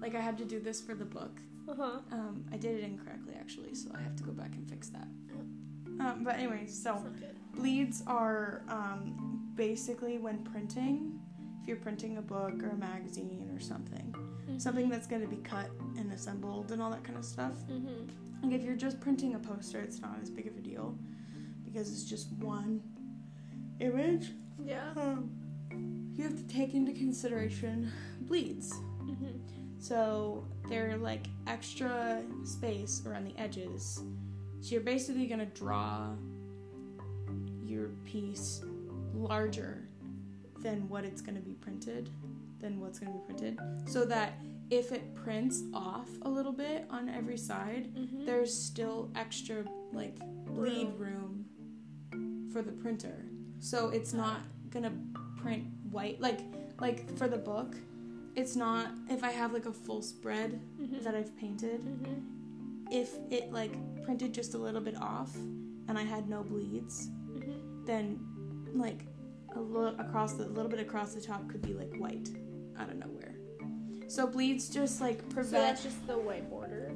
A: Like I had to do this for the book.
B: Uh-huh.
A: Um, I did it incorrectly actually, so I have to go back and fix that. Um, but anyway, so.
B: That's not good.
A: Bleeds are um, basically when printing, if you're printing a book or a magazine or something, something that's going to be cut and assembled and all that kind of stuff.
B: Mm-hmm.
A: Like if you're just printing a poster, it's not as big of a deal because it's just one image.
B: Yeah.
A: Um, you have to take into consideration bleeds.
B: Mm-hmm.
A: So they're like extra space around the edges. So you're basically gonna draw your piece larger than what it's gonna be printed, than what's gonna be printed, so that if it prints off a little bit on every side,
B: Mm-hmm.
A: there's still extra like bleed
B: Room.
A: room for the printer. So it's not gonna print white like like for the book. It's not if I have like a full spread
B: Mhm.
A: that I've painted.
B: Mm-hmm.
A: If it like printed just a little bit off and I had no bleeds,
B: Mm-hmm.
A: then like a little across the a little bit across the top could be like white out of nowhere. So bleeds just like
B: So
A: prevent
B: that's just the white border.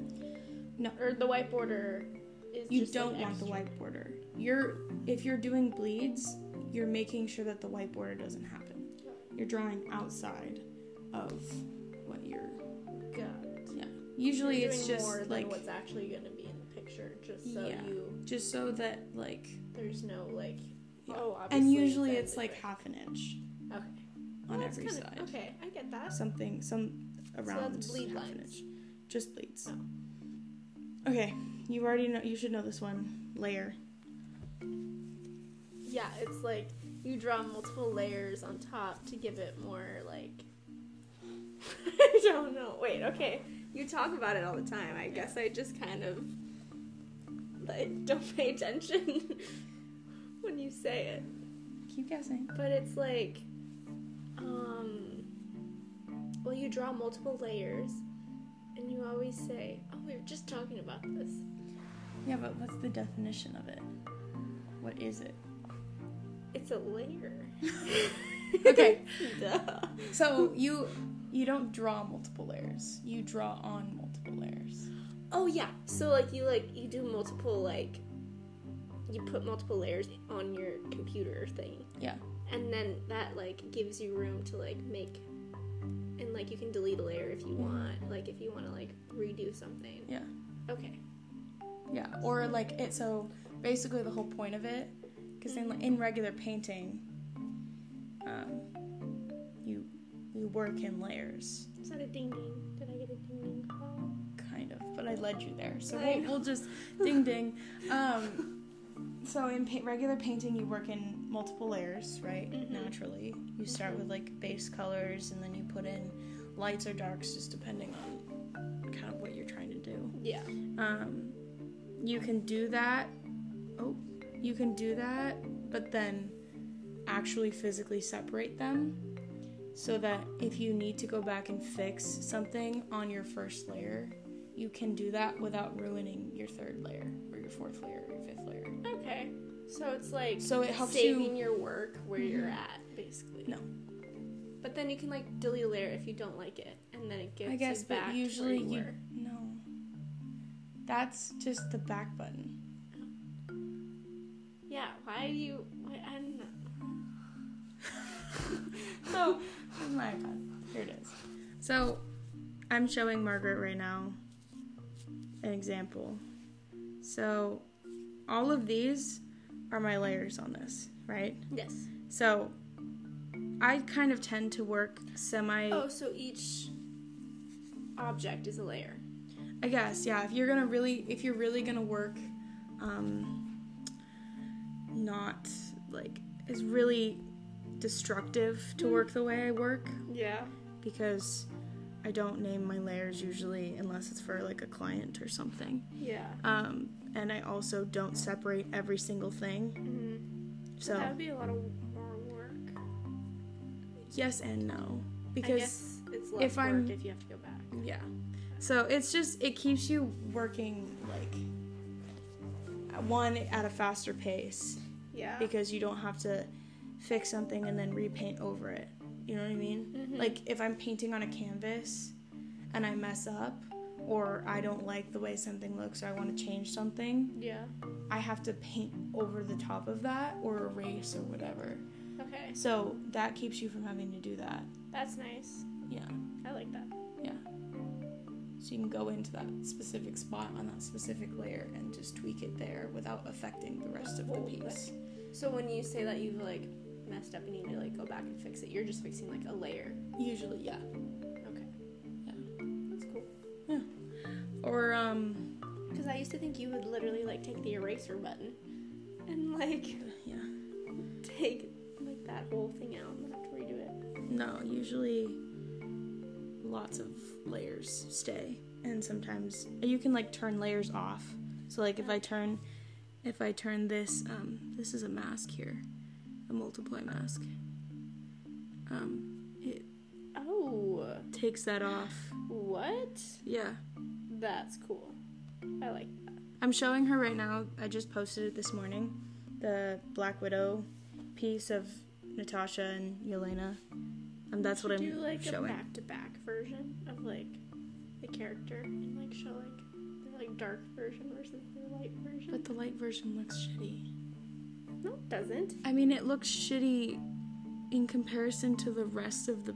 A: No.
B: Or the white border is.
A: you
B: just, like,
A: don't want the
B: extra.
A: white border. You're if you're doing bleeds, you're making sure that the white border doesn't happen. You're drawing outside of what you're.
B: Got it.
A: Usually,
B: You're
A: it's
B: doing
A: just
B: more
A: like
B: than what's actually going to be in the picture, just so
A: Yeah.
B: you
A: just so that like,
B: there's no like.
A: Yeah.
B: Oh, obviously.
A: and usually
B: then
A: it's
B: they
A: like
B: write-
A: half an inch
B: okay.
A: on
B: Well, that's
A: every
B: kinda-
A: side.
B: Okay, I get that.
A: Something some around
B: that's bleed
A: half an
B: lines.
A: inch, just bleeds.
B: Oh.
A: Okay, you already know. You should know this one. Layer.
B: Yeah, it's like you draw multiple layers on top to give it more like. I don't know. Wait, okay. You talk about it all the time. I guess I just kind of like don't pay attention when you say it.
A: Keep guessing.
B: But it's like, um, well, you draw multiple layers, and you always say, "Oh, we were just talking about this."
A: Yeah, but what's the definition of it? What is it?
B: It's a layer.
A: Okay.
B: Duh.
A: So you you don't draw multiple layers. You draw on multiple layers.
B: Oh yeah. So like you like you do multiple like you put multiple layers on your computer thing.
A: Yeah.
B: And then that like gives you room to like make and like you can delete a layer if you want, like if you want to like redo something.
A: Yeah.
B: Okay.
A: Yeah. Or like it. So basically, the whole point of it, because in in regular painting, um, you you work in layers,
B: Is that a ding ding? Did I get a ding ding call?
A: kind of. But I led you there, so
B: I
A: we'll,
B: know.
A: we'll just ding ding. Um, so in pa- regular painting, you work in multiple layers, right?
B: Mhm.
A: Naturally, you start with like base colors, and then you put in lights or darks, just depending on kind of what you're trying to do.
B: Yeah.
A: um, you can do that. Oh, you can do that, but then actually physically separate them so that if you need to go back and fix something on your first layer, you can do that without ruining your third layer or your fourth layer or your fifth layer.
B: Okay. So it's like
A: So it helps
B: saving
A: you.
B: your work where you're
A: Mhm.
B: at basically.
A: No.
B: But then you can like delete a layer if you don't like it, and then it gives
A: I guess,
B: you
A: but
B: back to
A: usually
B: where you,
A: you.
B: were.
A: No. That's just the back button.
B: Yeah, why do you? Why, I don't know. so
A: Where's oh my iPad? Here it is. So, I'm showing Margaret right now an example. So, all of these are my layers on this, right?
B: yes.
A: So, I kind of tend to work semi.
B: Oh, so each object is a layer.
A: I guess, yeah. If you're gonna really, if you're really gonna work, um, not like is really destructive to work the way I work,
B: Yeah.
A: because I don't name my layers usually unless it's for like a client or something.
B: Yeah.
A: Um, and I also don't separate every single thing.
B: Mm-hmm.
A: So
B: That would be a lot of more work.
A: yes and no,
B: I
A: because
B: guess it's less
A: if
B: work
A: I'm-
B: if you have to go back.
A: yeah. So it's just it keeps you working like at one at a faster pace
B: Yeah.
A: because you don't have to fix something and then repaint over it. You know what I mean?
B: Mhm.
A: Like if I'm painting on a canvas and I mess up or I don't like the way something looks or I want to change something,
B: yeah.
A: I have to paint over the top of that or erase or whatever.
B: Okay.
A: So that keeps you from having to do that.
B: That's nice.
A: Yeah.
B: I like that.
A: So you can go into that specific spot on that specific layer and just tweak it there without affecting the rest of the
B: Whole
A: piece.
B: So when you say that you've like messed up and you need to like go back and fix it, you're just fixing like a layer.
A: Usually, yeah.
B: Okay.
A: Yeah.
B: That's cool.
A: Or um
B: Because I used to think you would literally like take the eraser button and like
A: yeah.
B: take like that whole thing out and then have to redo it.
A: No, usually lots of layers stay. And sometimes you can like turn layers off. So like if I turn if I turn this um this is a mask here. A multiply mask. Um it
B: Oh,
A: takes that off.
B: what?
A: Yeah.
B: That's cool. I like.
A: I'm showing her right now. I just posted it this morning. The Black Widow piece of Natasha and Yelena. Um, that's what I'm
B: Do like
A: showing.
B: a back to back version of like the character and like show like their like dark version versus their light version.
A: But the light version looks shitty.
B: no, it doesn't.
A: I mean, it looks shitty in comparison to the rest of the.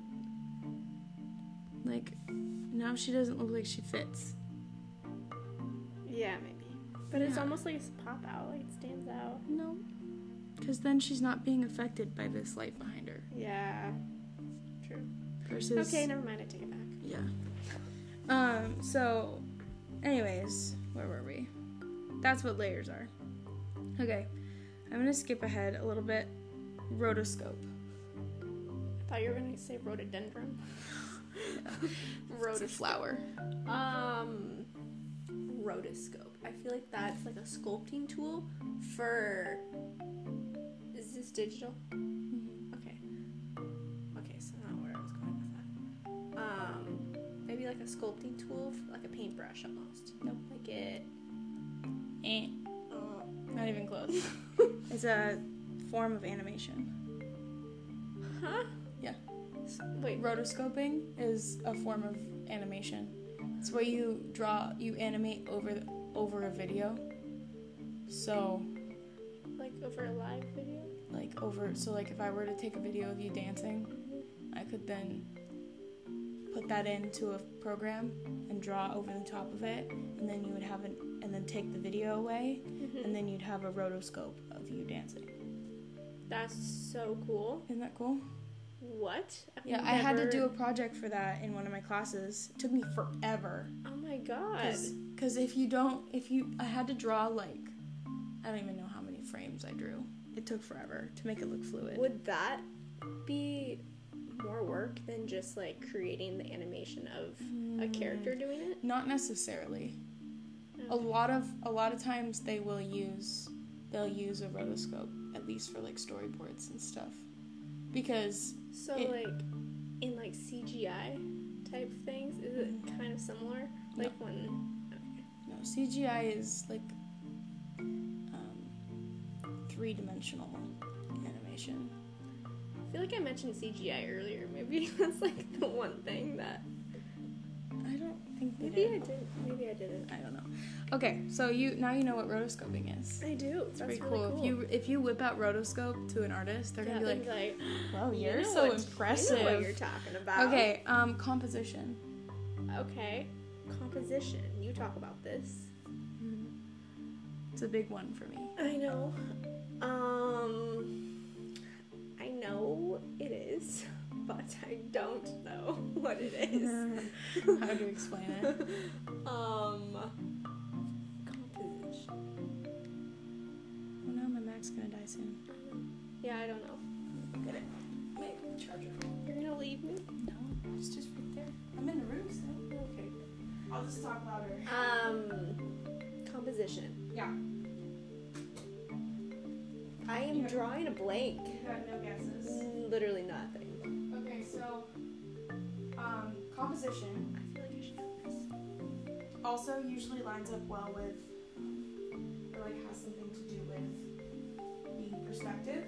A: Like, now she doesn't look like she fits.
B: Yeah, maybe. But it's
A: Yeah.
B: almost like it's pop out, like it stands out.
A: No. Because then she's not being affected by this light behind her.
B: Yeah. True.
A: Versus.
B: Okay, never mind. I take it back.
A: Yeah. Um, so anyways, where were we? That's what layers are. Okay. I'm gonna skip ahead a little bit Rotoscope.
B: I thought you were gonna say rhododendron.
A: It's a
B: Rhodos-
A: flower.
B: Um, rotoscope. I feel like that's like a sculpting tool for. Is this digital?
A: Mm-hmm.
B: Okay. Okay, so I don't know where I was going with that. Um, maybe like a sculpting tool, for like a paintbrush almost.
A: Nope.
B: Like it.
A: Eh,
B: Uh,
A: not even close. it's a form of animation.
B: huh?
A: Yeah.
B: S- Wait.
A: Rotoscoping is a form of animation. It's where you draw, you animate over over a video. So
B: Like over a live video.
A: like over, so like if I were to take a video of you dancing, I could then put that into a program and draw over the top of it, and then you would have an, and then take the video away, and then you'd have a rotoscope of you dancing.
B: That's so cool.
A: Isn't that cool?
B: What? I've
A: Yeah, I had to
B: never-
A: do a project for that in one of my classes. It took me forever.
B: Oh my god.
A: Because if you don't, if you, I had to draw like, I don't even know how many frames I drew. It took forever to make it look fluid.
B: Would that be more work than just like creating the animation of a character doing it?
A: Hmm.
B: Oh.
A: Not necessarily. Mm. A lot of a lot of times they will use they'll use a rotoscope at least for like storyboards and stuff because
B: So
A: it-
B: like in like CGI type things, is it kind of similar? Like when
A: no CGI is like um, three dimensional animation.
B: I feel like I mentioned CGI earlier. Maybe that's like the one thing that
A: I don't think they
B: maybe I
A: did.
B: didn't. Maybe I didn't.
A: I don't know. Okay, so you now you know what rotoscoping is.
B: I do.
A: It's
B: that's
A: pretty
B: really
A: cool. If you if you whip out rotoscope to an artist, they're
B: yeah,
A: gonna
B: they'd
A: be like,
B: like,
A: "Wow,
B: "You
A: you're
B: know
A: so
B: what-
A: impressive."
B: You know what you're talking about.
A: okay, um, composition.
B: Okay. Composition. You talk about this.
A: Mm-hmm. It's a big one for me.
B: I know. Um, I know it is, but I don't know what it
A: Mm-hmm.
B: is.
A: How do you explain it? Oh,
B: um, composition.
A: Oh no, my Mac's gonna die soon.
B: Yeah, I don't know.
A: Get it. Wait, charger.
B: You're gonna leave me?
A: No, it's just right there. I'm in the room, so
B: Okay.
A: I'll just talk louder.
B: Um, composition.
A: Yeah.
B: I am drawing a blank.
A: You got no guesses.
B: Literally nothing.
A: Okay, so um, composition
B: I feel like I should know this.
A: also usually lines up well with, or like has something to do with the perspective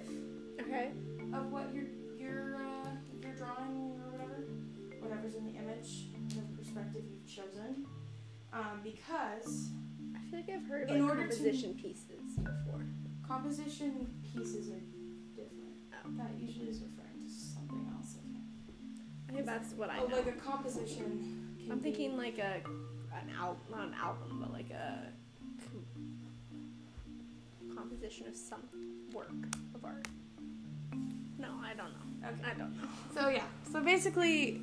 B: Okay.
A: of what your your uh, your drawing or whatever, whatever's in the image, the perspective you've chosen, um, because.
B: I feel like I've heard of
A: In
B: like,
A: order to-
B: composition pieces before.
A: Composition pieces are different. That usually is referring to something else.
B: I think that's what I
A: Oh,
B: know.
A: like a composition. Can
B: I'm
A: be-
B: thinking like a an album, not an album, but like a com- composition of some work of art. No, I don't know.
A: Okay.
B: I don't know.
A: So yeah. So basically,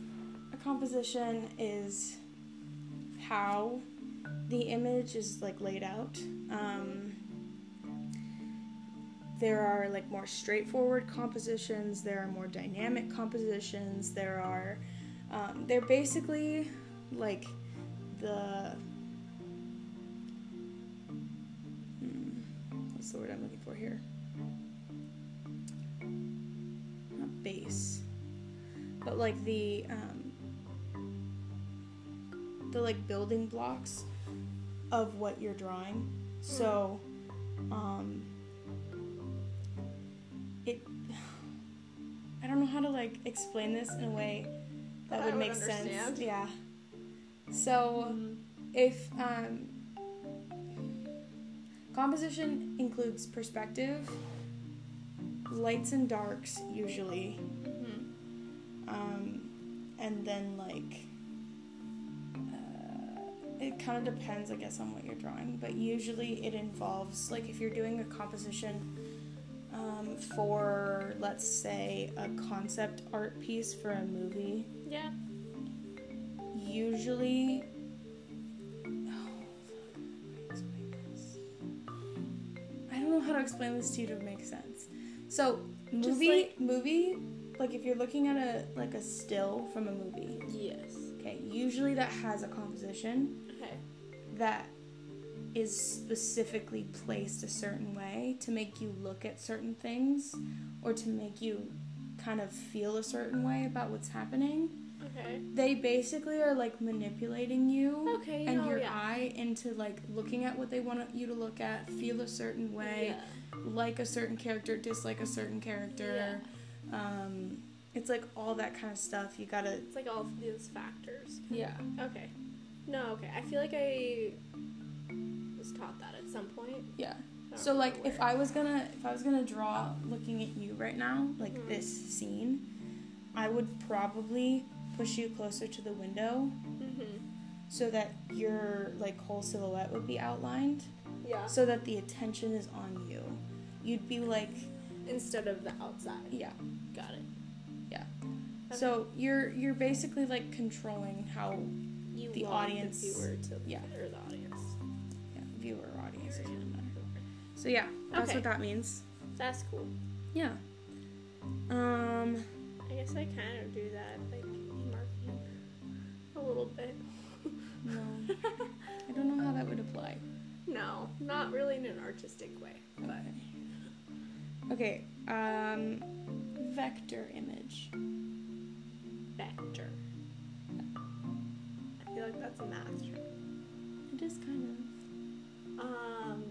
A: a composition is how the image is like laid out. Um, there are like more straightforward compositions. There are more dynamic compositions. There are. Um, they're basically like the. Hmm, what's the word I'm looking for here? Not base but like the um, the like building blocks of what you're drawing. So, um, it I don't know how to like explain this in a way that
B: I
A: would
B: would
A: make
B: understand. Mm-hmm.
A: sense. Yeah. So if um, composition includes perspective, lights and darks usually
B: Hmm.
A: um, and then like uh, it kind of depends i guess on what you're drawing but usually it involves like if you're doing a composition um, for let's say a concept art piece for a movie
B: Yeah.
A: usually oh, fuck, how do I explain this? I don't know how to explain this to you to make sense. So, Movie,
B: like-
A: movie, like if you're looking at a like a still from a movie,
B: Yes.
A: okay, usually that has a composition
B: Okay.
A: that is specifically placed a certain way to make you look at certain things or to make you kind of feel a certain way about what's happening.
B: Okay.
A: They basically are like manipulating you
B: Okay.
A: and
B: oh,
A: your
B: yeah.
A: eye into like looking at what they want you to look at, feel a certain way,
B: Yeah.
A: like a certain character, dislike a certain character.
B: Yeah.
A: Um, it's like all that kind of stuff. You gotta.
B: It's like all of these factors.
A: Yeah.
B: Okay. No, okay. I feel like I was taught that at some point.
A: Yeah.
B: I don't
A: So like
B: remember
A: if I was gonna if I was gonna draw looking at you right now, like
B: Mhm.
A: this scene, I would probably push you closer to the window
B: where. Mhm.
A: so that your like whole silhouette would be outlined
B: Yeah.
A: so that the attention is on you. You'd be like
B: Instead of the outside.
A: yeah.
B: Got it.
A: Yeah.
B: Okay.
A: So you're you're basically like controlling how
B: you
A: the
B: want
A: audience-
B: the viewer to
A: yeah.
B: or the audience.
A: yeah, viewer or audience is gonna matter. So yeah, that's
B: Okay.
A: what that means.
B: That's cool.
A: Yeah. Um
B: I guess I kind of do that, like in marketing, a little bit.
A: no. I don't know how that would apply.
B: No, not really in an artistic way.
A: But okay, um, vector image.
B: Vector. I feel like that's a math term.
A: It is kind
B: Um,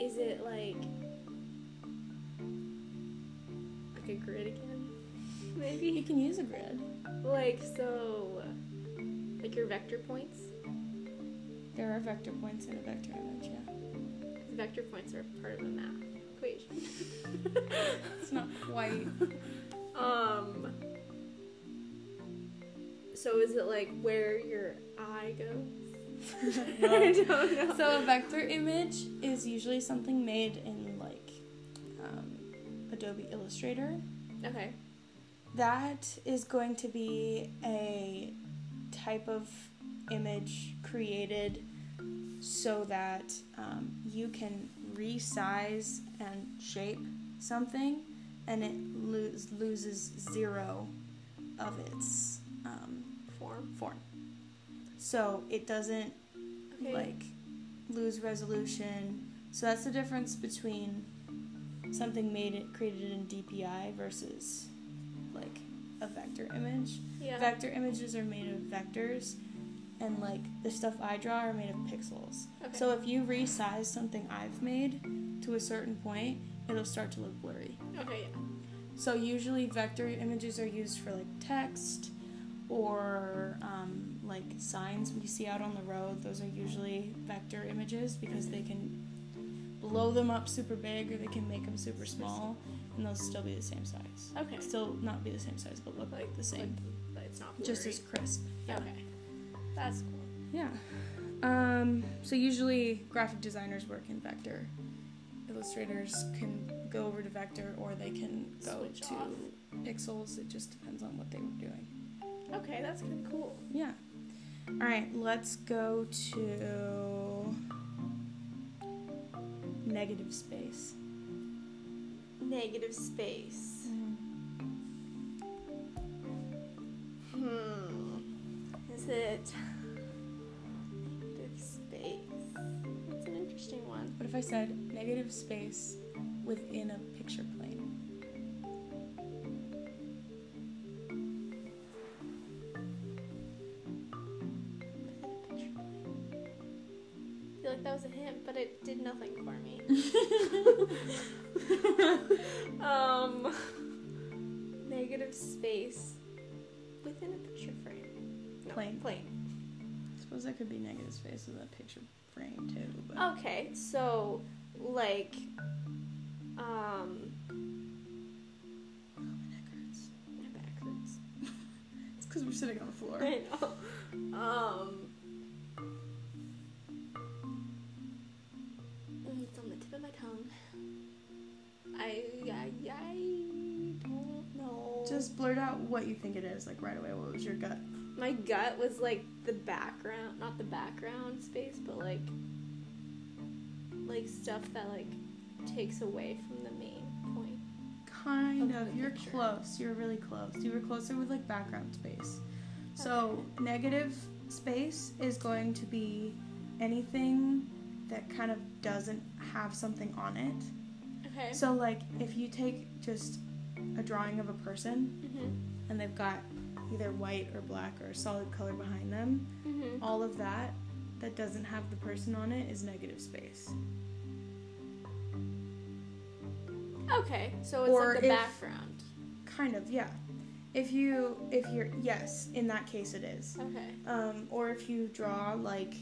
B: is it like like a grid again?
A: of. You
B: Maybe
A: can use a grid.
B: like so, like your vector points.
A: There are vector points in a vector image. Yeah,
B: Vector points are part of a math equation.
A: it's not quite.
B: Um. So is it like where your eye goes? I don't know.
A: so a vector image is usually something made in like um, Adobe Illustrator.
B: okay.
A: That is going to be a type of image created so that um, you can resize and shape something and it lose, loses zero of its um,
B: Form.
A: form. So it doesn't
B: Okay.
A: like lose resolution. So that's the difference between something made it created in DPI versus like a vector image.
B: yeah.
A: Vector images are made of vectors and like the stuff I draw are made of pixels.
B: okay.
A: So if you resize something I've made to a certain point, it'll start to look blurry.
B: okay. Yeah.
A: So usually vector images are used for like text or um, like signs we see out on the road. Those are usually vector images because they can blow them up super big or they can make them super small and they'll still be the same size.
B: Okay.
A: Still not be the same size, but look like the same.
B: like, but it's not blurry.
A: Just as crisp.
B: okay. That's cool.
A: Yeah. Um, so usually graphic designers work in vector. Illustrators can go over to vector or they can go
B: Switch
A: to
B: off.
A: pixels. It just depends on what they were doing.
B: Okay, that's kind of cool.
A: Yeah. All right, let's go to negative space.
B: Negative space. Hmm. Is it negative space? That's an interesting one.
A: What if I said negative space within a picture plane?
B: I feel like that was a hint, but it did nothing for me. um, negative space within a picture frame. No,
A: Plane.
B: Plane.
A: I suppose that could be negative space with a picture frame too. But
B: Okay, so like, um,
A: Oh, my neck hurts.
B: my back hurts.
A: It's because we're sitting on the floor.
B: I know. Um. mm, It's on the tip of my tongue. I, I, I don't know.
A: Just blurt out what you think it is, like right away. What was your gut?
B: my gut was like the background, not the background space, but like, like stuff that like takes away from the main
A: kind
B: Of
A: of.
B: the
A: You're
B: picture.
A: close. You're really close. You were closer with like background space. So negative space is going to be anything that kind of doesn't have something on it.
B: Okay.
A: So like if you take just a drawing of a person
B: Mm-hmm.
A: and they've got either white or black or a solid color behind them,
B: Mm-hmm.
A: all of that that doesn't have the person on it is negative space.
B: Okay. So it's
A: Or
B: like the
A: if-
B: background.
A: Kind of, yeah. If you if you're yes, in that case it is.
B: Okay.
A: um, or if you draw like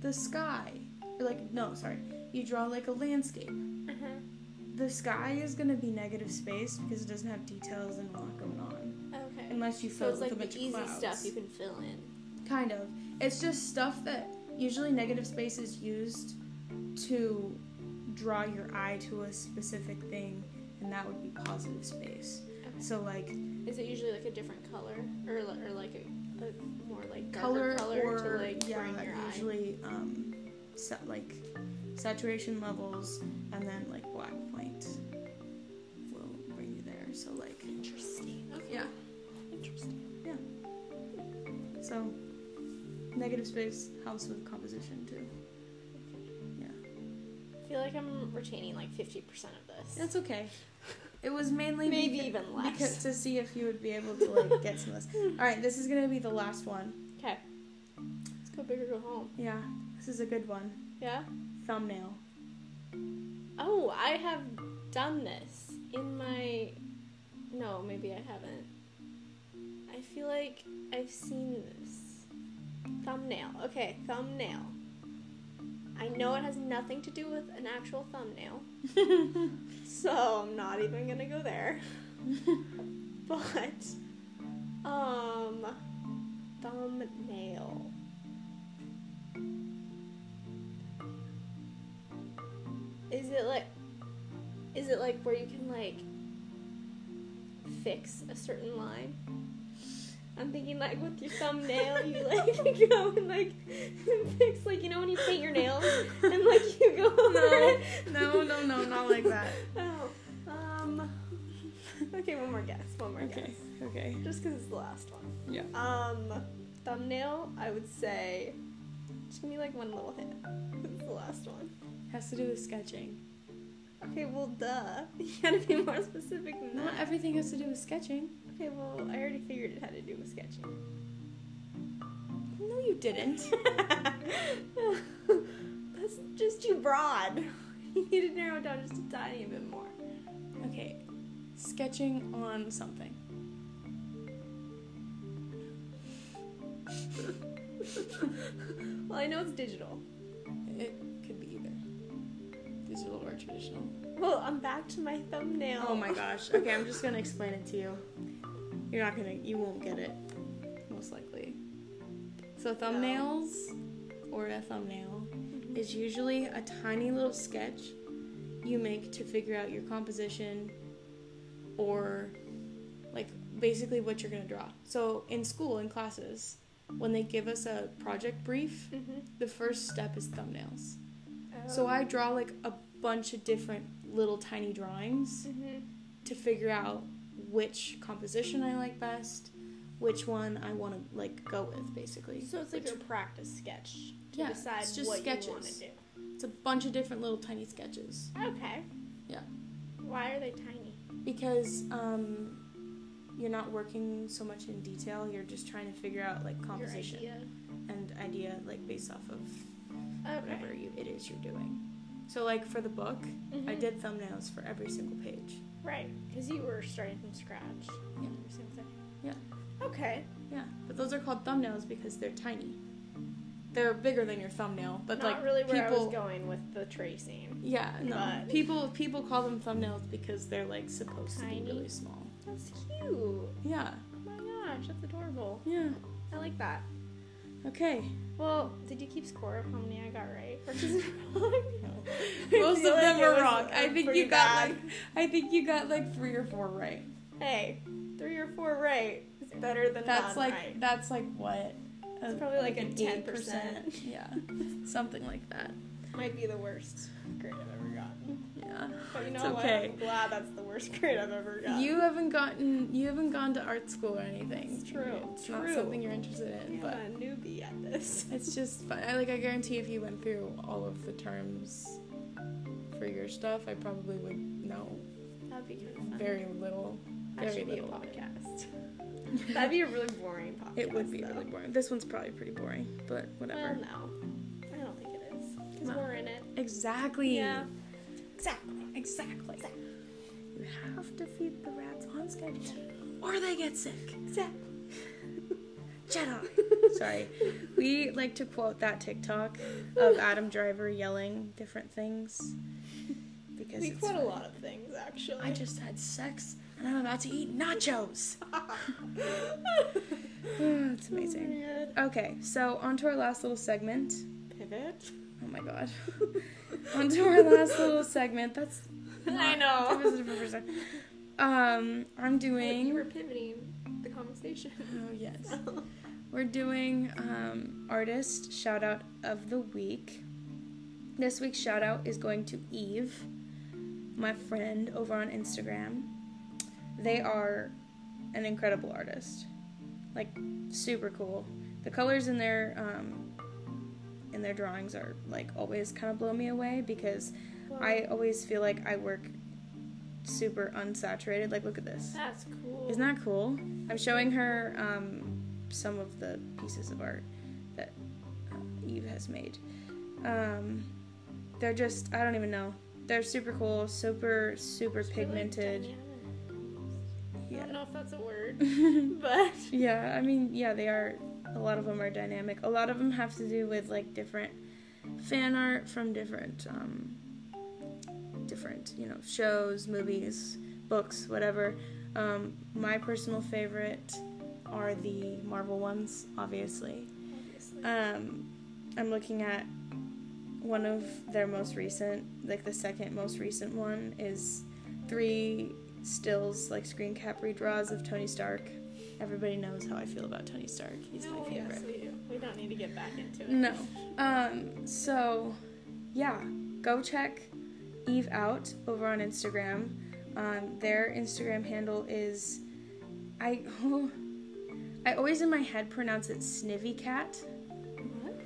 A: the sky or like no sorry you draw like a landscape
B: Mm-hmm.
A: the sky is going to be negative space because it doesn't have details and a lot going on
B: Okay.
A: unless you
B: So
A: fill
B: it's
A: it with
B: like
A: a
B: the
A: bunch
B: easy
A: of clouds
B: stuff you can fill in.
A: kind of it's just stuff that usually negative space is used to draw your eye to a specific thing and that would be positive space
B: Okay.
A: so like
B: Is it usually like a different color or li- or like a, a more like
A: color,
B: darker color,
A: or
B: to like
A: yeah,
B: bring your eye?
A: usually um, sa- like saturation levels, and then like black point will bring you there. So like
B: Interesting. Okay.
A: yeah,
B: Interesting.
A: so negative space helps with composition too.
B: I feel like I'm retaining like 50% of this.
A: That's okay. It was mainly
B: Maybe
A: beca-
B: even less.
A: because- to see if you would be able to like get some of this. All right, this is gonna be the last one.
B: Okay. Let's go big or go home.
A: Yeah, this is a good one.
B: Yeah?
A: Thumbnail.
B: Oh, I have done this in my. No, maybe I haven't. I feel like I've seen this. Thumbnail. Okay, thumbnail. I know it has nothing to do with an actual thumbnail, so I'm not even gonna go there. but, um, thumbnail. Is it like is it like where you can like fix a certain line? I'm thinking like with your thumbnail you like go and like fix like you know when you paint your nails and like you go over
A: No.
B: it.
A: No, no, no, not like that.
B: Oh. Um Okay, one more guess. One more guess.
A: Okay.
B: Just cuz it's the last one.
A: Yeah.
B: Um thumbnail, I would say just give me like one little hint. It's the last one.
A: Has to do with sketching.
B: Okay, well, duh. You gotta be more specific than
A: Not
B: that.
A: everything has to do with sketching.
B: Okay, well, I already figured it had to do with sketching.
A: No, you didn't.
B: That's just too broad. You need to narrow it down just a tiny bit more.
A: Okay, sketching on something.
B: Well, I know it's digital.
A: It could be either digital or traditional.
B: Well, I'm back to my thumbnail.
A: Oh my gosh. Okay, I'm just gonna explain it to you. You're not gonna, you won't get it, most likely. So, thumbnails or a thumbnail is usually a tiny little sketch you make to figure out your composition or like basically what you're gonna draw. So, in school, in classes, when they give us a project brief,
B: Mm-hmm.
A: the first step is thumbnails.
B: Um,
A: So I draw like a bunch of different little tiny drawings
B: Mm-hmm.
A: to figure out which composition I like best, which one I want to like go with basically.
B: So it's like
A: Which-
B: your practice sketch to
A: Yeah,
B: decide
A: it's just
B: what
A: sketches.
B: you want to do.
A: It's a bunch of different little tiny sketches
B: Okay.
A: Yeah.
B: Why are they tiny?
A: because um you're not working so much in detail, you're just trying to figure out like composition
B: Your idea.
A: and idea like based off of
B: Okay.
A: whatever you it is you're doing. So like for the book, I
B: Mhm.
A: did thumbnails for every single page.
B: Right, because you were starting from scratch.
A: Yeah.
B: Every single thing.
A: Yeah.
B: Okay.
A: Yeah, but those are called thumbnails because they're tiny. They're bigger than your thumbnail, but
B: Not
A: like
B: really where
A: people.
B: I was going with the tracing.
A: Yeah, no.
B: but-
A: People people call them thumbnails because they're like supposed to
B: Tiny.
A: be really small.
B: That's cute. Oh
A: Yeah.
B: my gosh, that's adorable.
A: Yeah.
B: I like that.
A: Okay.
B: Well, did you keep score of how many I got right versus wrong? I
A: Most of
B: feel like
A: them
B: it
A: were
B: was,
A: wrong.
B: uh,
A: I think
B: pretty
A: you got
B: bad.
A: like I think you got like three or four right.
B: Hey, three or four right is better than
A: That's
B: none
A: like
B: right.
A: that's like what.
B: It's
A: a-
B: probably like a
A: an
B: 10%.
A: 8%. Yeah. Something like that.
B: Might be the worst grade I've ever gotten.
A: Yeah. Yeah.
B: But you
A: It's
B: know what?
A: okay.
B: I'm glad that's the worst grade I've ever gotten.
A: You haven't gotten you haven't gone to art school or anything.
B: It's true.
A: It's
B: true.
A: not something you're interested in,
B: I'm
A: but
B: a newbie at this.
A: It's just fun. I, like I guarantee if you went through all of the terms for your stuff, I probably would know
B: That'd be kind of fun.
A: very little.
B: that
A: very
B: should be a
A: little of it.
B: podcast. That'd be a really boring podcast.
A: It would be
B: though.
A: really boring. This one's probably pretty boring, but
B: Well,
A: whatever.
B: no, I don't think it is because
A: Well,
B: we're in it.
A: Exactly.
B: Yeah. Exactly.
A: Exactly. You have to feed the rats on schedule, or they get sick.
B: Exactly.
A: Jedi. Sorry. We like to quote that TikTok of Adam Driver yelling different things because
B: We
A: it's
B: quote a
A: funny.
B: lot of things actually.
A: I just had sex and I'm about to eat nachos. Oh, it's amazing.
B: Oh,
A: Okay, so on to our last little segment.
B: Pivot.
A: Oh my god. on to our last little segment. That's
B: I
A: not-
B: know.
A: that was a different person. Um, I'm
B: You were
A: doing.
B: pivoting the conversation.
A: Oh yes, we're doing um, artist shout out of the week. This week's shout out is going to Eve, my friend over on Instagram. They are an incredible artist, like super cool. The colors in their um, in their drawings are like always kind of blow me away because I always feel like I work super unsaturated. Like look at this.
B: That's cool.
A: Isn't that cool? I'm showing her um, some of the pieces of art that uh, Eve has made. Um, they're just, I don't even know. They're super cool, super, super
B: It's really
A: pigmented.
B: dynamic. I don't
A: Yeah.
B: know if that's a word,
A: Mm.
B: but
A: Yeah, I mean, yeah, they are. A lot of them are dynamic. A lot of them have to do with like different fan art from different, um, different, you know, shows, movies, books, whatever. Um, my personal favorite are the Marvel ones, obviously.
B: obviously.
A: Um, I'm looking at one of their most recent, like the second most recent one, is three stills, like screen cap redraws of Tony Stark. Everybody knows how I feel about Tony Stark. He's
B: no,
A: my favorite.
B: Oh, Yes, we, do. we don't need to get back into it.
A: No. Um, so, yeah, go check Eve out over on Instagram. Um, their Instagram handle is I. I always in my head pronounce it Snivy Cat,
B: What?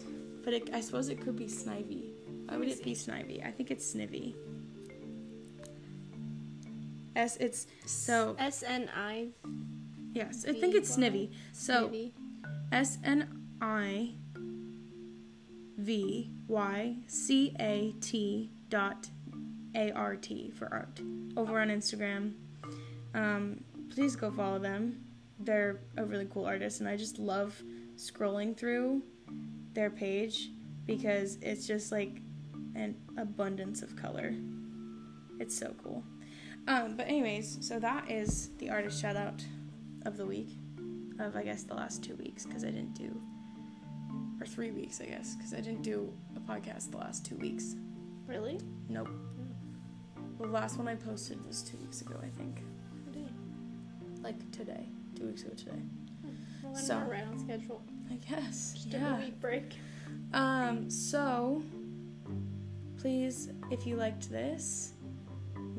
A: but it, I suppose it could be Snivy. Why
B: Let
A: would
B: me
A: it be Snivy? I think it's Snivy. S. It's so
B: S N I.
A: yes. I think it's Snivy. So S N I V Y C A T dot A R T for art over on Instagram. Um, please go follow them. They're a really cool artist, and I just love scrolling through their page because it's just like an abundance of color. It's so cool. Um, but, anyways, so that is the artist shout out of the week of I guess the last two weeks because I didn't do, or three weeks I guess because I didn't do a podcast the last two weeks.
B: Really?
A: Nope. The last one I posted was two weeks ago I think, like today, two weeks ago today.
B: Well, then
A: So-
B: we're right on schedule.
A: I guess.
B: Just took
A: yeah.
B: a week break.
A: Um. So, please, if you liked this,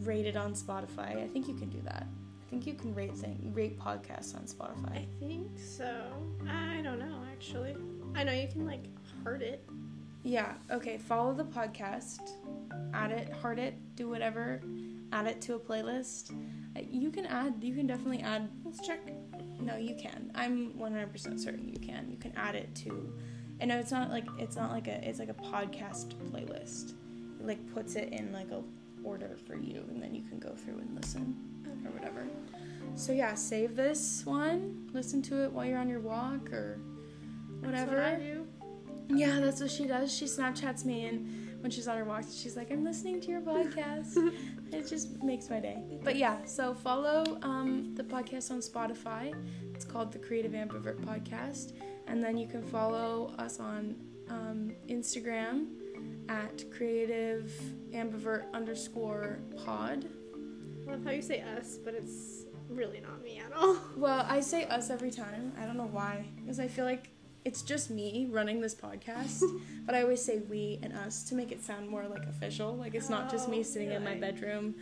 A: rate it on Spotify. I think you can do that. I think you can rate thing rate podcasts on Spotify.
B: I think so. I don't know actually. I know you can like hurt it.
A: Yeah, okay, follow the podcast, add it, heart it, do whatever, add it to a playlist. Uh, You can add, you can definitely add,
B: Let's check.
A: no, you can. I'm 100% certain you can. You can add it to, and no, it's not like, it's not like a, it's like a podcast playlist. It like puts it in like a order for you, and then you can go through and listen or whatever. So yeah, save this one, listen to it while you're on your walk or
B: That's
A: whatever.
B: what I do.
A: Yeah, that's what she does. She Snapchats me, and when she's on her walks, she's like, "I'm listening to your podcast." it just makes my day. But yeah, so follow um, the podcast on Spotify. It's called the Creative Ambivert Podcast, and then you can follow us on um, Instagram at Creative Ambivert underscore Pod.
B: I love how you say us, but it's really not me at all.
A: Well, I say us every time. I don't know why, because I feel like it's just me running this podcast, but I always say we and us to make it sound more like official. Like it's not just me
B: Oh,
A: sitting in my
B: really?
A: bedroom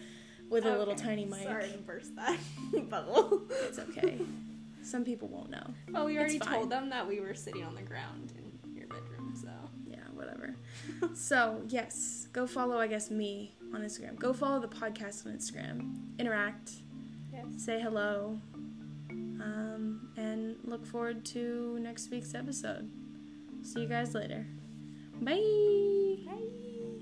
A: with a little
B: Okay,
A: tiny mic.
B: Sorry to burst that bubble.
A: It's okay. Some people won't know.
B: Well, we
A: It's
B: already
A: fine.
B: told them that we were sitting on the ground in your bedroom, so.
A: Yeah, whatever. so, yes, go follow, I guess, me on Instagram. Go follow the podcast on Instagram. Interact,
B: Yes.
A: say hello, um, and look forward to next week's episode. See you guys later. Bye.
B: Bye.